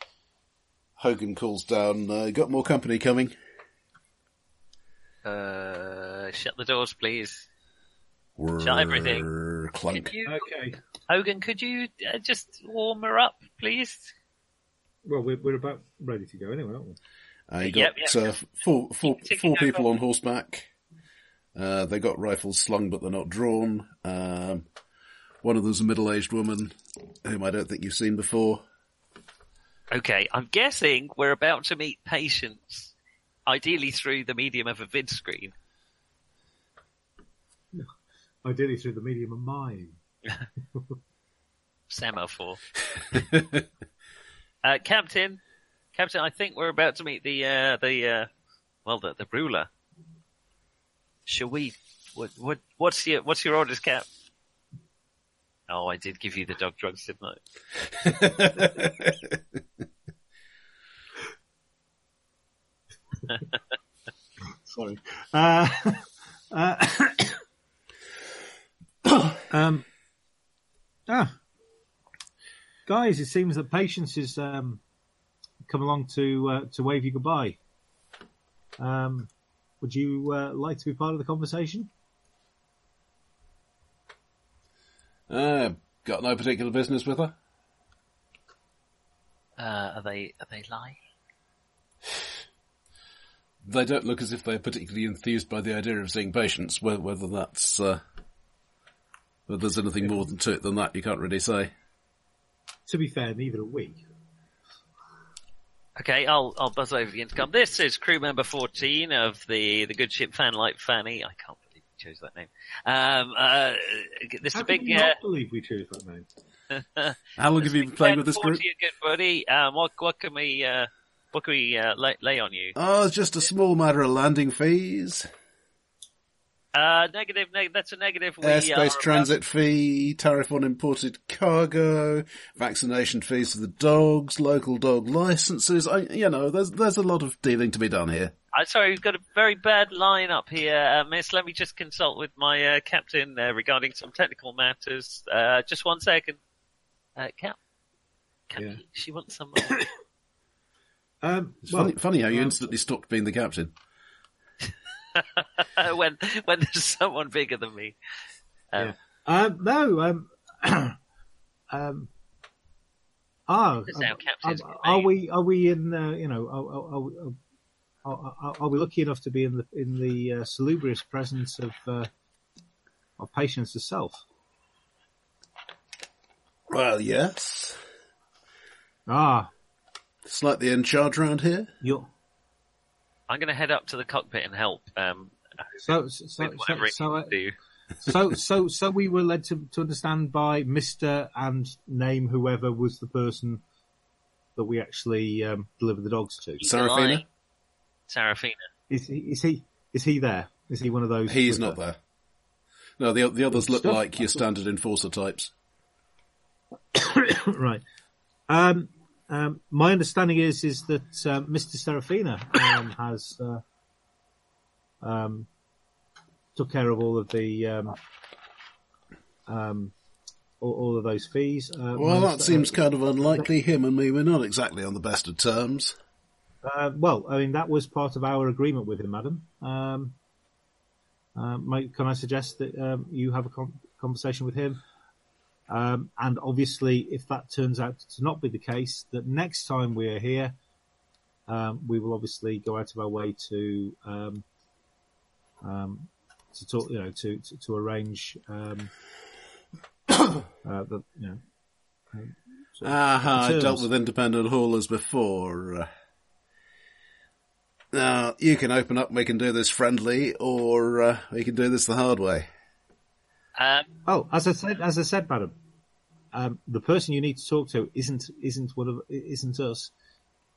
Speaker 3: uh, Hogan calls down, uh, got more company coming.
Speaker 4: Uh, shut the doors, please. Shut everything.
Speaker 3: Whirr, Clunk.
Speaker 4: You,
Speaker 5: Okay.
Speaker 4: Hogan, could you uh, just warm her up, please?
Speaker 5: Well, we're, we're about ready to go anyway, aren't we?
Speaker 3: Uh, you
Speaker 4: Yep,
Speaker 3: got
Speaker 4: yep,
Speaker 3: uh, four, four,
Speaker 4: Tick-
Speaker 3: four
Speaker 4: ticking
Speaker 3: people
Speaker 4: over.
Speaker 3: on horseback. Uh, they got rifles slung, but they're not drawn. Um, one of them's a middle-aged woman whom I don't think you've seen before.
Speaker 4: Okay, I'm guessing we're about to meet patients ideally through the medium of a vid screen.
Speaker 5: Ideally through the medium of mine.
Speaker 4: Semaphore. uh, Captain, Captain, I think we're about to meet the uh, the uh, well the, the ruler. Shall we? What, what what's your what's your orders, Cap? Oh, I did give you the dog drugs, didn't I?
Speaker 5: Sorry. Uh, uh, um, ah, guys, it seems that patience has um, come along to uh, to wave you goodbye. Um, would you uh, like to be part of the conversation?
Speaker 3: Uh, got no particular business with her.
Speaker 4: Uh, are they are they lying?
Speaker 3: They don't look as if they're particularly enthused by the idea of seeing patients. Whether, whether that's uh, whether there's anything more than to it than that, you can't really say.
Speaker 5: To be fair, neither are we.
Speaker 4: Okay, I'll I'll buzz over the intercom. This is crew member fourteen of the the good ship Fanlight Fanny. I can't believe we chose that name. Um, uh, this is
Speaker 5: How
Speaker 4: a
Speaker 5: could
Speaker 4: big.
Speaker 5: we
Speaker 4: Uh,
Speaker 5: not believe we chose that name.
Speaker 3: How long have you been playing with this
Speaker 4: 1040,
Speaker 3: group?
Speaker 4: Good buddy. Um, what what can we uh, what can we uh, lay, lay on you?
Speaker 3: Oh, it's just a small matter of landing fees,
Speaker 4: Uh, negative. Neg- that's a negative. We uh, are
Speaker 3: airspace
Speaker 4: about-
Speaker 3: transit fee, tariff on imported cargo, vaccination fees for the dogs, local dog licenses. I, you know, there's there's a lot of dealing to be done here.
Speaker 4: I'm uh, sorry, we've got a very bad line up here, uh, Miss. Let me just consult with my uh, captain uh, regarding some technical matters. Uh, just one second, uh, Cap. Cap
Speaker 5: Yeah.
Speaker 4: She wants some.
Speaker 5: Um,
Speaker 3: It's
Speaker 5: well,
Speaker 3: funny, funny how you
Speaker 5: um,
Speaker 3: instantly stopped being the captain.
Speaker 4: Uh, when when there's someone bigger than me.
Speaker 5: Yeah. Um, no, um, um, ah,
Speaker 4: Because now
Speaker 5: um,
Speaker 4: captains
Speaker 5: um,
Speaker 4: get
Speaker 5: are
Speaker 4: paid.
Speaker 5: we are we in uh, you know are, are- are, we- are, are, are we lucky enough to be in the in the uh, salubrious presence of uh, of patience herself?
Speaker 3: Well, yes.
Speaker 5: Ah,
Speaker 3: Slightly in charge round here.
Speaker 5: you
Speaker 4: I'm going to head up to the cockpit and help. Um,
Speaker 5: so so so,
Speaker 4: with
Speaker 5: so,
Speaker 4: whatever
Speaker 5: so,
Speaker 4: it
Speaker 5: I-
Speaker 4: needs
Speaker 5: so so so we were led to to understand by Mister and name whoever was the person that we actually um, delivered the dogs to.
Speaker 4: to do.
Speaker 3: Sarafina?
Speaker 4: Lying. Sarafina.
Speaker 5: Is he, is he is he there? Is he one of those?
Speaker 3: He's
Speaker 5: with
Speaker 3: not
Speaker 5: the-
Speaker 3: there. No, the the others look
Speaker 5: Stuff.
Speaker 3: like your standard enforcer types.
Speaker 5: right. Um, um, my understanding is is that uh, Mr. Serafina um, has uh, um, took care of all of the um, um, all, all of those fees. Uh, my
Speaker 3: Well, that
Speaker 5: understa-
Speaker 3: seems kind of unlikely. Him and me, we're not exactly on the best of terms.
Speaker 5: Uh, well, I mean that was part of our agreement with him, madam. Um, uh, might, can I suggest that um, you have a con- conversation with him? Um, and obviously, if that turns out to not be the case, that next time we are here, um, we will obviously go out of our way to um, um, to talk, you know, to to, to arrange um, uh, the, you know,
Speaker 3: Ah, I
Speaker 5: Terms.
Speaker 3: dealt with independent haulers before. Uh, Now you can open up. We can do this friendly, or uh, we can do this the hard way.
Speaker 4: Um,
Speaker 5: Oh, as I said, as I said, madam, um, the person you need to talk to isn't isn't one of isn't us.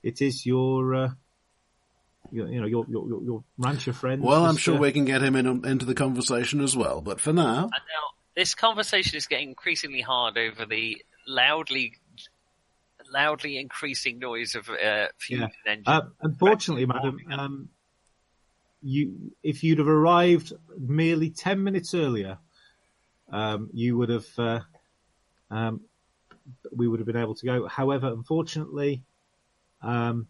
Speaker 5: It is your, uh, your you know your your your, your rancher friend.
Speaker 3: Well, I'm
Speaker 5: Mr.
Speaker 3: sure we can get him in, into the conversation as well. But for now,
Speaker 4: And now this conversation is getting increasingly hard over the loudly, loudly increasing noise of uh, fusion engines.
Speaker 5: Uh, unfortunately, madam, um, you if you'd have arrived merely ten minutes earlier, um, you would have uh, um, we would have been able to go. However, unfortunately, um,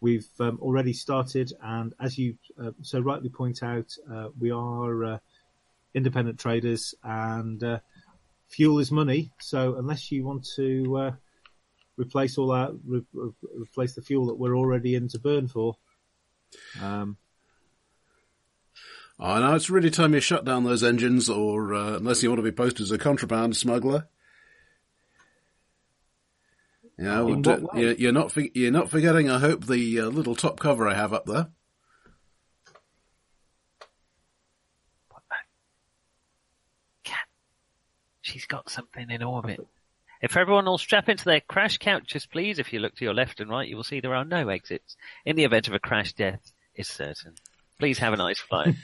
Speaker 5: we've um, already started, and as you uh, so rightly point out, uh, we are uh, independent traders, and uh, fuel is money. So unless you want to uh, replace all our re- re- replace the fuel that we're already in to burn for. Um,
Speaker 3: I know Oh, it's really time you shut down those engines, or uh, unless you want to be posted as a contraband smuggler. Yeah,
Speaker 5: In
Speaker 3: we'll do-
Speaker 5: what way?
Speaker 3: you- you're not for- you're not forgetting. I hope the uh, little top cover I have up there.
Speaker 4: She's got something in orbit. If everyone will strap into their crash couches, please, if you look to your left and right, you will see there are no exits. In the event of a crash, death is certain. Please have a nice flight.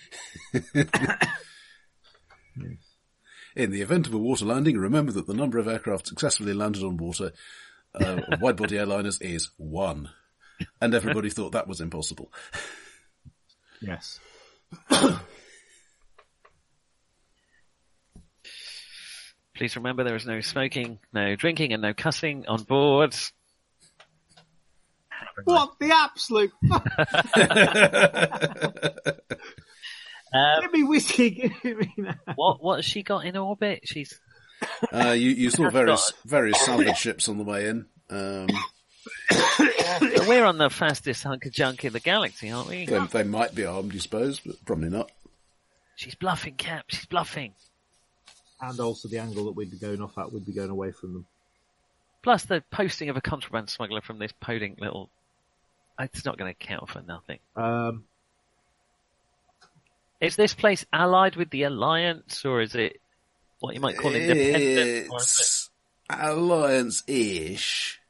Speaker 3: In the event of a water landing, remember that the number of aircraft successfully landed on water uh, of wide-body airliners is one. And everybody thought that was impossible.
Speaker 8: Yes.
Speaker 4: Please remember there is no smoking, no drinking, and no cussing on board.
Speaker 5: What the absolute? fuck? Give me whiskey. Give me that.
Speaker 4: What what has she got in orbit? She's
Speaker 3: Uh, you, you saw various various salvage ships on the way in. Um,
Speaker 4: we're on the fastest hunk of junk in the galaxy, aren't we?
Speaker 3: they, they might be armed, you suppose, but probably not.
Speaker 4: She's bluffing, Cap. She's bluffing.
Speaker 5: And also the angle that we'd be going off at, we'd be going away from them.
Speaker 4: Plus the posting of a contraband smuggler from this podink little. It's not going to count for nothing.
Speaker 5: Um,
Speaker 4: Is this place allied with the Alliance, or is it what you might call independent? or is
Speaker 3: It's alliance-ish.
Speaker 4: it-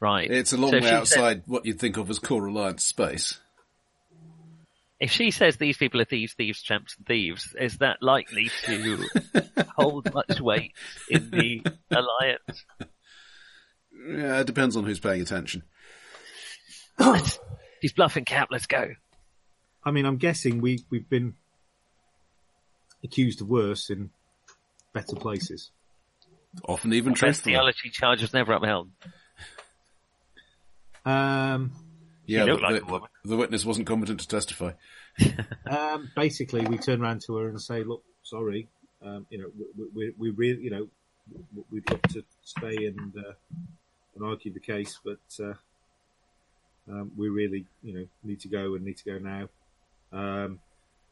Speaker 4: Right.
Speaker 3: It's a long
Speaker 4: So if
Speaker 3: way
Speaker 4: she
Speaker 3: outside
Speaker 4: says-
Speaker 3: what you'd think of as core alliance space.
Speaker 4: if she says these people are thieves, thieves, tramps, and thieves, is that likely to hold much weight in the Alliance?
Speaker 3: Yeah, it depends on who's paying attention.
Speaker 4: She's bluffing, Cap. Let's go.
Speaker 5: I mean, I'm guessing we we've been accused of worse in better places.
Speaker 3: Often even truthfully.
Speaker 4: Bestiality charge was never upheld.
Speaker 5: Um,
Speaker 3: Yeah,
Speaker 4: You
Speaker 3: but
Speaker 4: look like a
Speaker 3: the,
Speaker 4: woman.
Speaker 3: the witness wasn't competent to testify.
Speaker 5: um, basically, we turn around to her and say, "Look, sorry, um, you know, we, we, we really, you know, w- we'd love to stay and uh, and argue the case, but uh, um, we really, you know, need to go and need to go now. Um,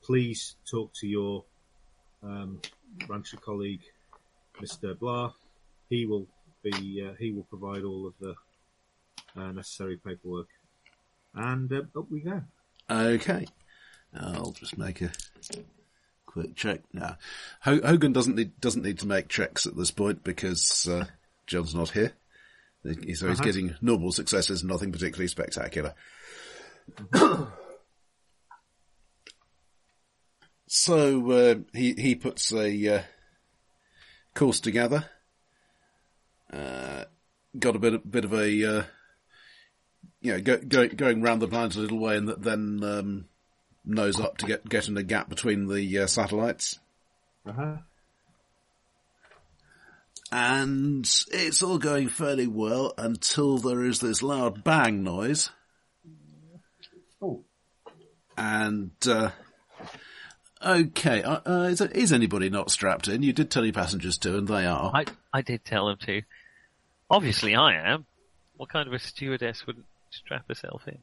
Speaker 5: please talk to your um, rancher colleague, Mister Blah. He will be, uh, he will provide all of the uh, necessary paperwork." And uh, up we go.
Speaker 3: Okay. I'll just make a
Speaker 6: Quick check.
Speaker 3: No. Ho- Hogan doesn't need, doesn't need to make checks at this point because uh, John's not here. He- So he's getting normal successes, nothing particularly spectacular. so uh, he he puts a uh, course together. Uh, got a bit of, bit of a uh, you know go, go, going round the planet a little way, and then um, nose up to get get in a gap between the uh, satellites.
Speaker 5: Uh-huh.
Speaker 6: And it's all going fairly well until there is this loud bang noise.
Speaker 5: Oh,
Speaker 6: And, uh, okay, uh, uh, is, is anybody not strapped in? You did tell your passengers to, and they are.
Speaker 4: I, I did tell them to. Obviously, I am. What kind of a stewardess wouldn't strap herself in?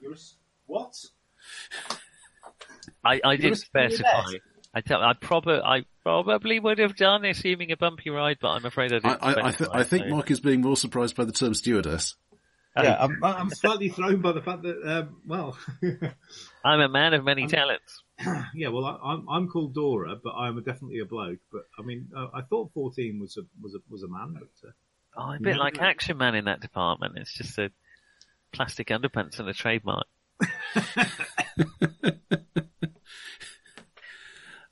Speaker 5: You're a s- what?
Speaker 4: I, I didn't
Speaker 5: stewardess?
Speaker 4: specify. I tell, I probably, I probably would have done, assuming a bumpy ride, but I'm afraid I
Speaker 3: I,
Speaker 4: didn't.
Speaker 3: I, I, th-
Speaker 4: specify,
Speaker 3: I think
Speaker 4: so-
Speaker 3: Mark is being more surprised by the term stewardess.
Speaker 8: Yeah, I'm, I'm,
Speaker 5: I'm slightly thrown by the fact that, um, well,
Speaker 4: I'm a man of many talents.
Speaker 5: yeah, well, I, I'm I'm called Dora, but I'm definitely a bloke. But I mean, uh, I thought 14 was a was a was a man, but uh,
Speaker 4: Oh, I'm a bit
Speaker 5: Yeah.
Speaker 4: like Action Man in that department. It's just a plastic underpants and a trademark.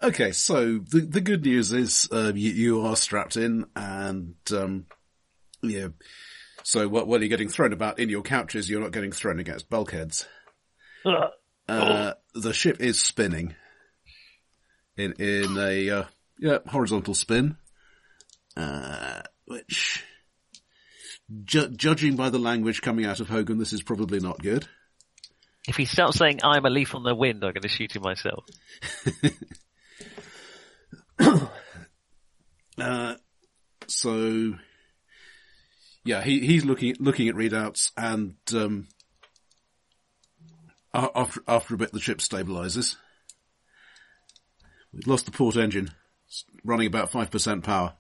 Speaker 3: Okay, so the the good news is uh, you, you are strapped in, and um, yeah. So wh- while you're getting thrown about in your couches, you're not getting thrown against bulkheads.
Speaker 4: Ugh.
Speaker 3: Uh, The ship is spinning in in a uh, yeah horizontal spin, uh, which ju- judging by the language coming out of Hogan, this is probably not good.
Speaker 4: If he starts saying I'm a leaf on the wind, I'm going to shoot him myself.
Speaker 3: so yeah, he he's looking looking at readouts, and um, a- after after a bit, the ship stabilizes. We've lost the port engine, it's running about five percent power.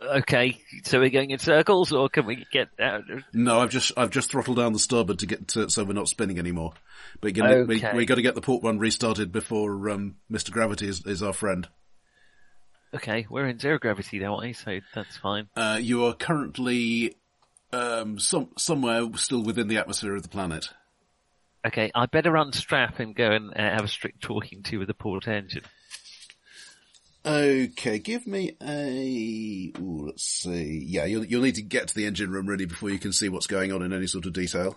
Speaker 4: Okay, so we're going in circles, or can we get out?
Speaker 3: No, I've just I've just throttled down the starboard to get to, so we're not spinning anymore. But gonna,
Speaker 4: Okay.
Speaker 3: we we got to get the port one restarted before um, Mr. Gravity is, is our friend.
Speaker 4: Okay, we're in zero gravity now, aren't we? So that's fine.
Speaker 3: Uh, you are currently um, some somewhere still within the atmosphere of the planet.
Speaker 4: Okay, I better unstrap and go and uh, have a strict talking to with the port engine.
Speaker 3: Okay, give me a. Ooh, let's see. Yeah, you'll you'll need to get to the engine room really before you can see what's going on in any sort of detail.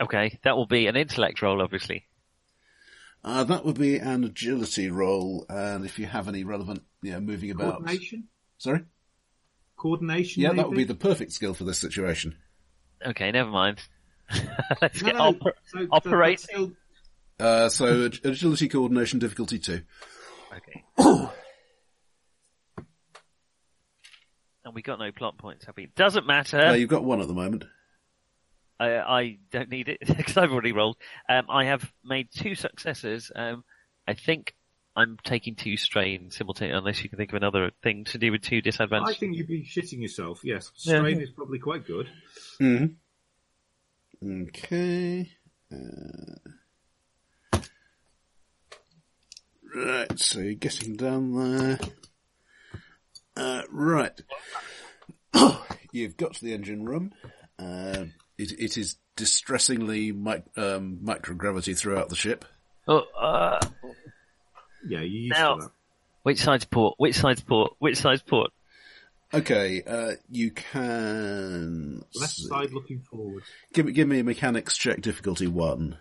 Speaker 4: Okay, that will be an intellect roll, obviously.
Speaker 3: Uh, that would be an agility roll, and if you have any relevant, you know, moving about.
Speaker 5: Coordination?
Speaker 3: Sorry.
Speaker 5: Coordination?
Speaker 3: Yeah, that would be
Speaker 5: maybe?
Speaker 3: the perfect skill for this situation.
Speaker 4: Okay, never mind. Let's
Speaker 5: No,
Speaker 4: get
Speaker 5: no,
Speaker 4: oper-
Speaker 5: so that- that's
Speaker 4: operate.
Speaker 5: still-
Speaker 3: Uh, so ag- agility coordination difficulty two.
Speaker 4: Okay. and we got no plot points, have we? Doesn't
Speaker 3: Uh,
Speaker 4: matter.
Speaker 3: you've got one at the moment.
Speaker 4: I, I don't need it because I've already rolled. Um, I have made two successes. Um, I think I'm taking two strain simultaneously, unless you can think of another thing to do with two
Speaker 5: I
Speaker 4: disadvantages.
Speaker 5: think you'd be shitting yourself, yes.
Speaker 4: Yeah.
Speaker 5: Strain is probably quite good.
Speaker 3: Okay. Uh, right, so you're getting down there. Uh, right. You've got to the engine room. Uh, it, it is distressingly mic- um, microgravity throughout the ship.
Speaker 4: Oh, uh,
Speaker 5: Yeah, you used
Speaker 4: Now-
Speaker 5: to that.
Speaker 4: which side's port? Which side's port? Which side's port?
Speaker 3: Okay, uh, you can.
Speaker 5: Left
Speaker 3: see.
Speaker 5: side looking forward.
Speaker 3: Give me, give me a mechanics check difficulty one.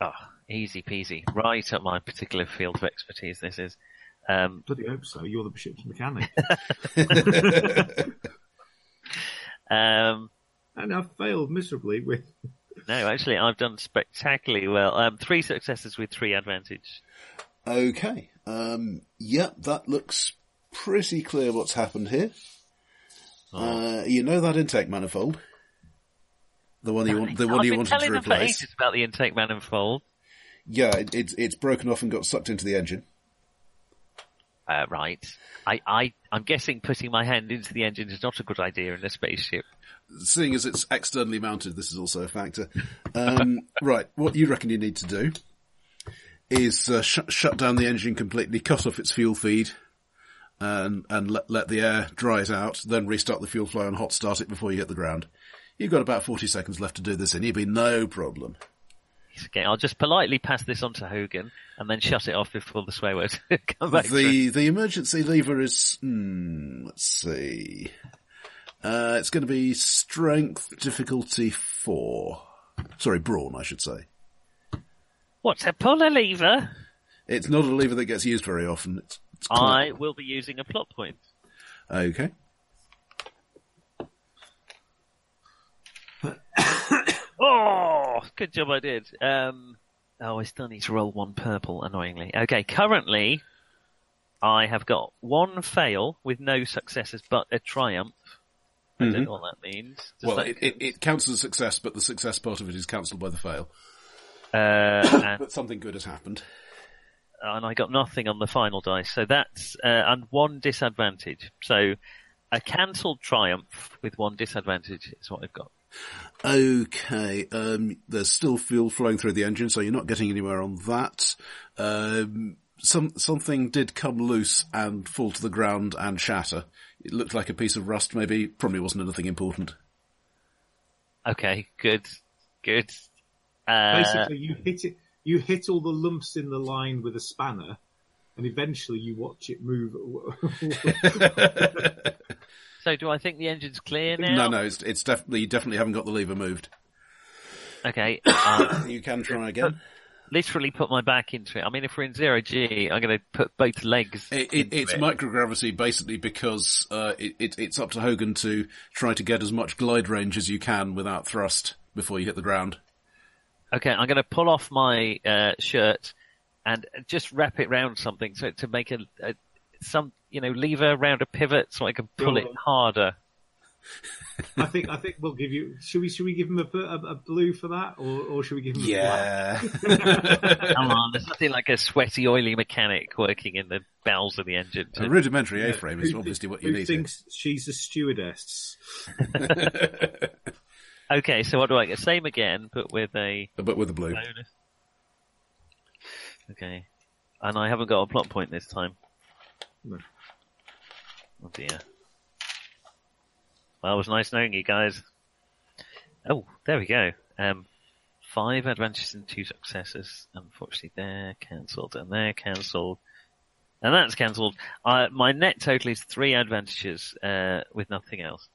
Speaker 4: Oh, easy peasy. Right up my particular field of expertise. This is. Um,
Speaker 5: Bloody hope so. You're the ship's mechanic.
Speaker 4: um,
Speaker 5: and I failed miserably with.
Speaker 4: no, actually, I've done spectacularly well. Um, three successes with three advantage.
Speaker 3: Okay. Um, yeah, that looks pretty clear what's happened here. Uh, you know that intake manifold? The one you want, the one
Speaker 4: I've
Speaker 3: you
Speaker 4: been
Speaker 3: wanted
Speaker 4: telling
Speaker 3: to
Speaker 4: them for
Speaker 3: replace.
Speaker 4: ages about the intake manifold.
Speaker 3: Yeah, it, it's it's broken off and got sucked into the engine.
Speaker 4: Uh, right. I, I, I'm guessing putting my hand into the engine is not a good idea in a spaceship.
Speaker 3: Seeing as it's externally mounted, this is also a factor. Um, right, what you reckon you need to do is uh, shut shut down the engine completely, cut off its fuel feed, and and let let the air dry it out. Then restart the fuel flow and hot start it before you hit the ground. You've got about forty seconds left to do this, and you'll be no problem.
Speaker 4: Okay, I'll just politely pass this on to Hogan and then shut it off before the swear words come back. through.
Speaker 3: The the emergency lever is hmm, let's see, uh, it's going to be strength difficulty four. Sorry, brawn, I should say.
Speaker 4: What, to pull a lever?
Speaker 3: It's not a lever that gets used very often. It's, it's
Speaker 4: I
Speaker 3: quite-
Speaker 4: will be using a plot point.
Speaker 3: okay.
Speaker 4: Oh, good job I did. Um, oh, I still need to roll one purple, annoyingly. Okay, currently, I have got one fail with no successes but a triumph. I don't know what that means.
Speaker 3: Mm-hmm.
Speaker 4: Does
Speaker 3: well,
Speaker 4: that
Speaker 3: it, it, it counts as a success, but the success part of it is cancelled by the fail.
Speaker 4: Uh, and
Speaker 3: But something good has happened.
Speaker 4: and I got nothing on the final dice. So that's uh, and one disadvantage. So a cancelled triumph with one disadvantage is what I've got.
Speaker 3: Okay, um, there's still fuel flowing through the engine, so you're not getting anywhere on that. Um, some something did come loose and fall to the ground and shatter. It looked like a piece of rust, maybe. Probably wasn't anything important.
Speaker 4: Okay, good, good. Uh,
Speaker 5: Basically, you hit it. You hit all the lumps in the line with a spanner, and eventually you watch it move.
Speaker 4: so do I think the engine's clear now?
Speaker 3: No, no, it's, it's definitely you definitely haven't got the lever moved.
Speaker 4: Okay, uh,
Speaker 3: You can try again.
Speaker 4: literally put my back into it. I mean, if we're in zero G, I'm going to put both legs.
Speaker 3: It, it, it's
Speaker 4: it.
Speaker 3: microgravity basically because uh, it, it, it's up to Hogan to try to get as much glide range as you can without thrust before you hit the ground.
Speaker 4: Okay, I'm going to pull off my uh, shirt and just wrap it round something so to make a, a some you know lever round a pivot so I can pull
Speaker 5: Go
Speaker 4: it
Speaker 5: on.
Speaker 4: harder.
Speaker 5: I think I think we'll give you. Should we should we give him a, bu- a, a blue for that, or, or should we give him? A
Speaker 3: Yeah.
Speaker 4: Come on, there's nothing like a sweaty, oily mechanic working in the bowels of the engine.
Speaker 3: a
Speaker 4: To...
Speaker 3: rudimentary
Speaker 5: black?
Speaker 3: A-frame is
Speaker 5: Who-
Speaker 3: obviously what
Speaker 5: who
Speaker 3: you need. here.
Speaker 5: thinks she's a stewardess?
Speaker 4: Okay, so what do I get? Same again, but with a
Speaker 3: but with the blue.
Speaker 4: bonus. Okay, and I haven't got a plot point this time.
Speaker 5: No.
Speaker 4: Oh dear. Well, it was nice knowing you guys. Oh, there we go. Um, five adventures and two successes. Unfortunately, they're cancelled and they're cancelled. And that's cancelled. Uh, my net total is three advantages, uh, with nothing else.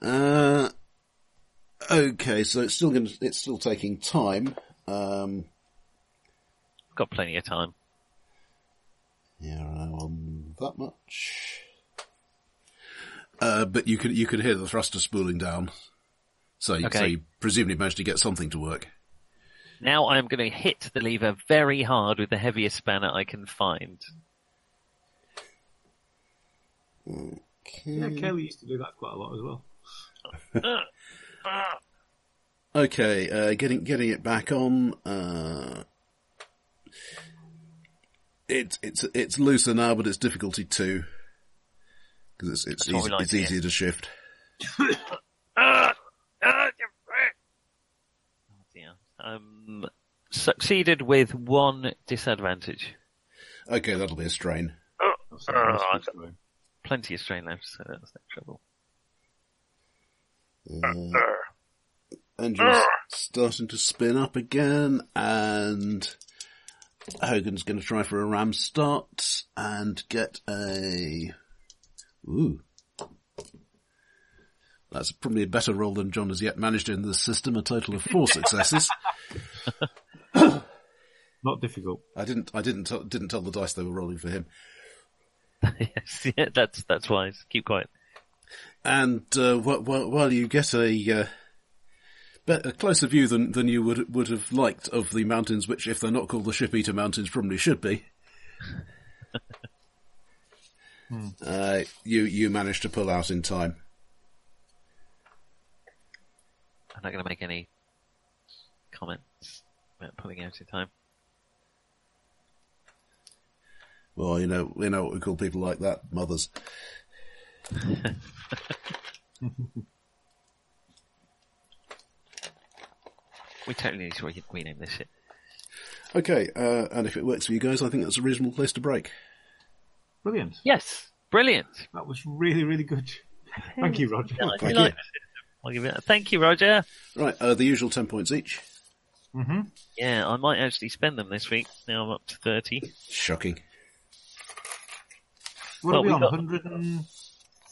Speaker 6: Uh, okay, so it's still going. to It's still taking time. Um,
Speaker 4: Got plenty of time.
Speaker 6: yeah, I know on that much.
Speaker 3: Uh, but you could you could hear the thruster spooling down. So, you- so
Speaker 4: Okay.
Speaker 3: you presumably managed to get something to work.
Speaker 4: Now I am going to hit the lever very hard with the heaviest spanner I can find.
Speaker 5: Yeah, Kelly used to do that quite a lot as well.
Speaker 6: Okay, uh, getting getting it back on. Uh,
Speaker 3: It, it's it's looser now, but it's difficulty two because it's it's,
Speaker 4: That's what
Speaker 3: easy,
Speaker 4: we like
Speaker 3: it's
Speaker 4: here.
Speaker 3: easier to shift.
Speaker 4: Oh, dear. Um, succeeded with one disadvantage.
Speaker 3: Okay, that'll be a strain.
Speaker 8: That's a nice
Speaker 4: Uh,
Speaker 8: picture, though.
Speaker 4: Plenty of strain left, so that's no trouble.
Speaker 6: engine's starting to spin up again, and Hogan's going to try for a ram start and get a. Ooh,
Speaker 3: That's probably a better roll than John has yet managed in the system. A total of four successes.
Speaker 5: Not difficult.
Speaker 3: I didn't I didn't t- didn't tell the dice they were rolling for him.
Speaker 4: yes, yeah, that's that's wise. Keep quiet.
Speaker 3: And uh, wh- wh- while you get a, uh, bet- a closer view than, than you would would have liked of the mountains, which, if they're not called the Ship Eater Mountains, probably should be, uh, you you manage to pull out in time.
Speaker 4: I'm not going to make any comments about pulling out in time.
Speaker 3: Well, you know you know what we call people like that, mothers.
Speaker 4: We totally need to re- rename this shit.
Speaker 3: Okay, uh, and if it works for you guys, I think that's a reasonable place to break.
Speaker 5: Brilliant.
Speaker 4: Yes, brilliant.
Speaker 5: That was really really good. Thank you, Roger.
Speaker 4: Yeah, I do
Speaker 3: you.
Speaker 4: like this system. I'll give it. a- Thank you, Roger.
Speaker 3: Right, uh, the usual ten points each.
Speaker 5: Mm-hmm.
Speaker 4: Yeah, I might actually spend them this week. Now I'm up to thirty.
Speaker 3: Shocking.
Speaker 5: What
Speaker 4: Well,
Speaker 5: are we
Speaker 4: we
Speaker 5: on?
Speaker 4: got-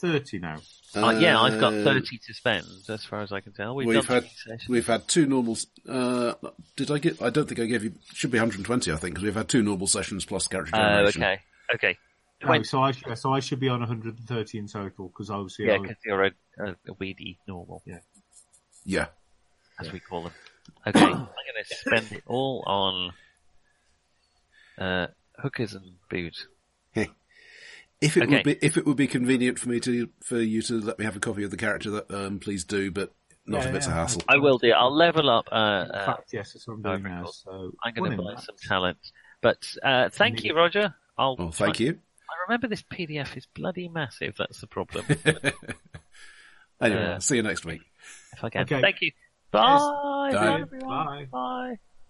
Speaker 5: 130 now.
Speaker 4: Uh, yeah, I've got
Speaker 3: Uh,
Speaker 4: 30 to spend, as far as I can tell. We've,
Speaker 3: We've had
Speaker 4: done three sessions.
Speaker 3: we've had two normal. s- Uh, did I get? I don't think I gave you. Should be 120, I think, because we've had two normal sessions plus character
Speaker 4: Oh,
Speaker 3: generation.
Speaker 4: okay. Okay.
Speaker 5: No,
Speaker 4: Twenty-
Speaker 5: Oh, so I should, so I should be on 130 in total because obviously
Speaker 4: yeah,
Speaker 5: I was,
Speaker 4: because you're a, a, a weedy normal,
Speaker 3: Yeah.
Speaker 4: as we call them. Okay, I'm going to spend it all on uh, hookers and booze.
Speaker 3: If it
Speaker 4: Okay.
Speaker 3: would be if it would be convenient for me to for you to let me have a copy of the character, that um, please do. But not
Speaker 5: Yeah,
Speaker 3: if it's a
Speaker 5: yeah.
Speaker 3: hassle.
Speaker 4: I will do. I'll level up. Uh,
Speaker 5: in
Speaker 4: uh,
Speaker 5: fact, yes, that's what I'm
Speaker 4: no,
Speaker 5: doing now.
Speaker 4: cool.
Speaker 5: So
Speaker 4: I'm going to
Speaker 5: one in
Speaker 4: buy
Speaker 5: that.
Speaker 4: some talent. But uh, thank you, Roger. I'll
Speaker 3: Well, Oh, thank you.
Speaker 4: I remember this PDF is bloody massive. That's the problem.
Speaker 3: Anyway,
Speaker 4: Uh,
Speaker 3: see you next week.
Speaker 4: if I can.
Speaker 5: Okay.
Speaker 4: Thank you. Bye.
Speaker 3: Bye.
Speaker 4: everyone.
Speaker 5: Bye.
Speaker 4: Bye.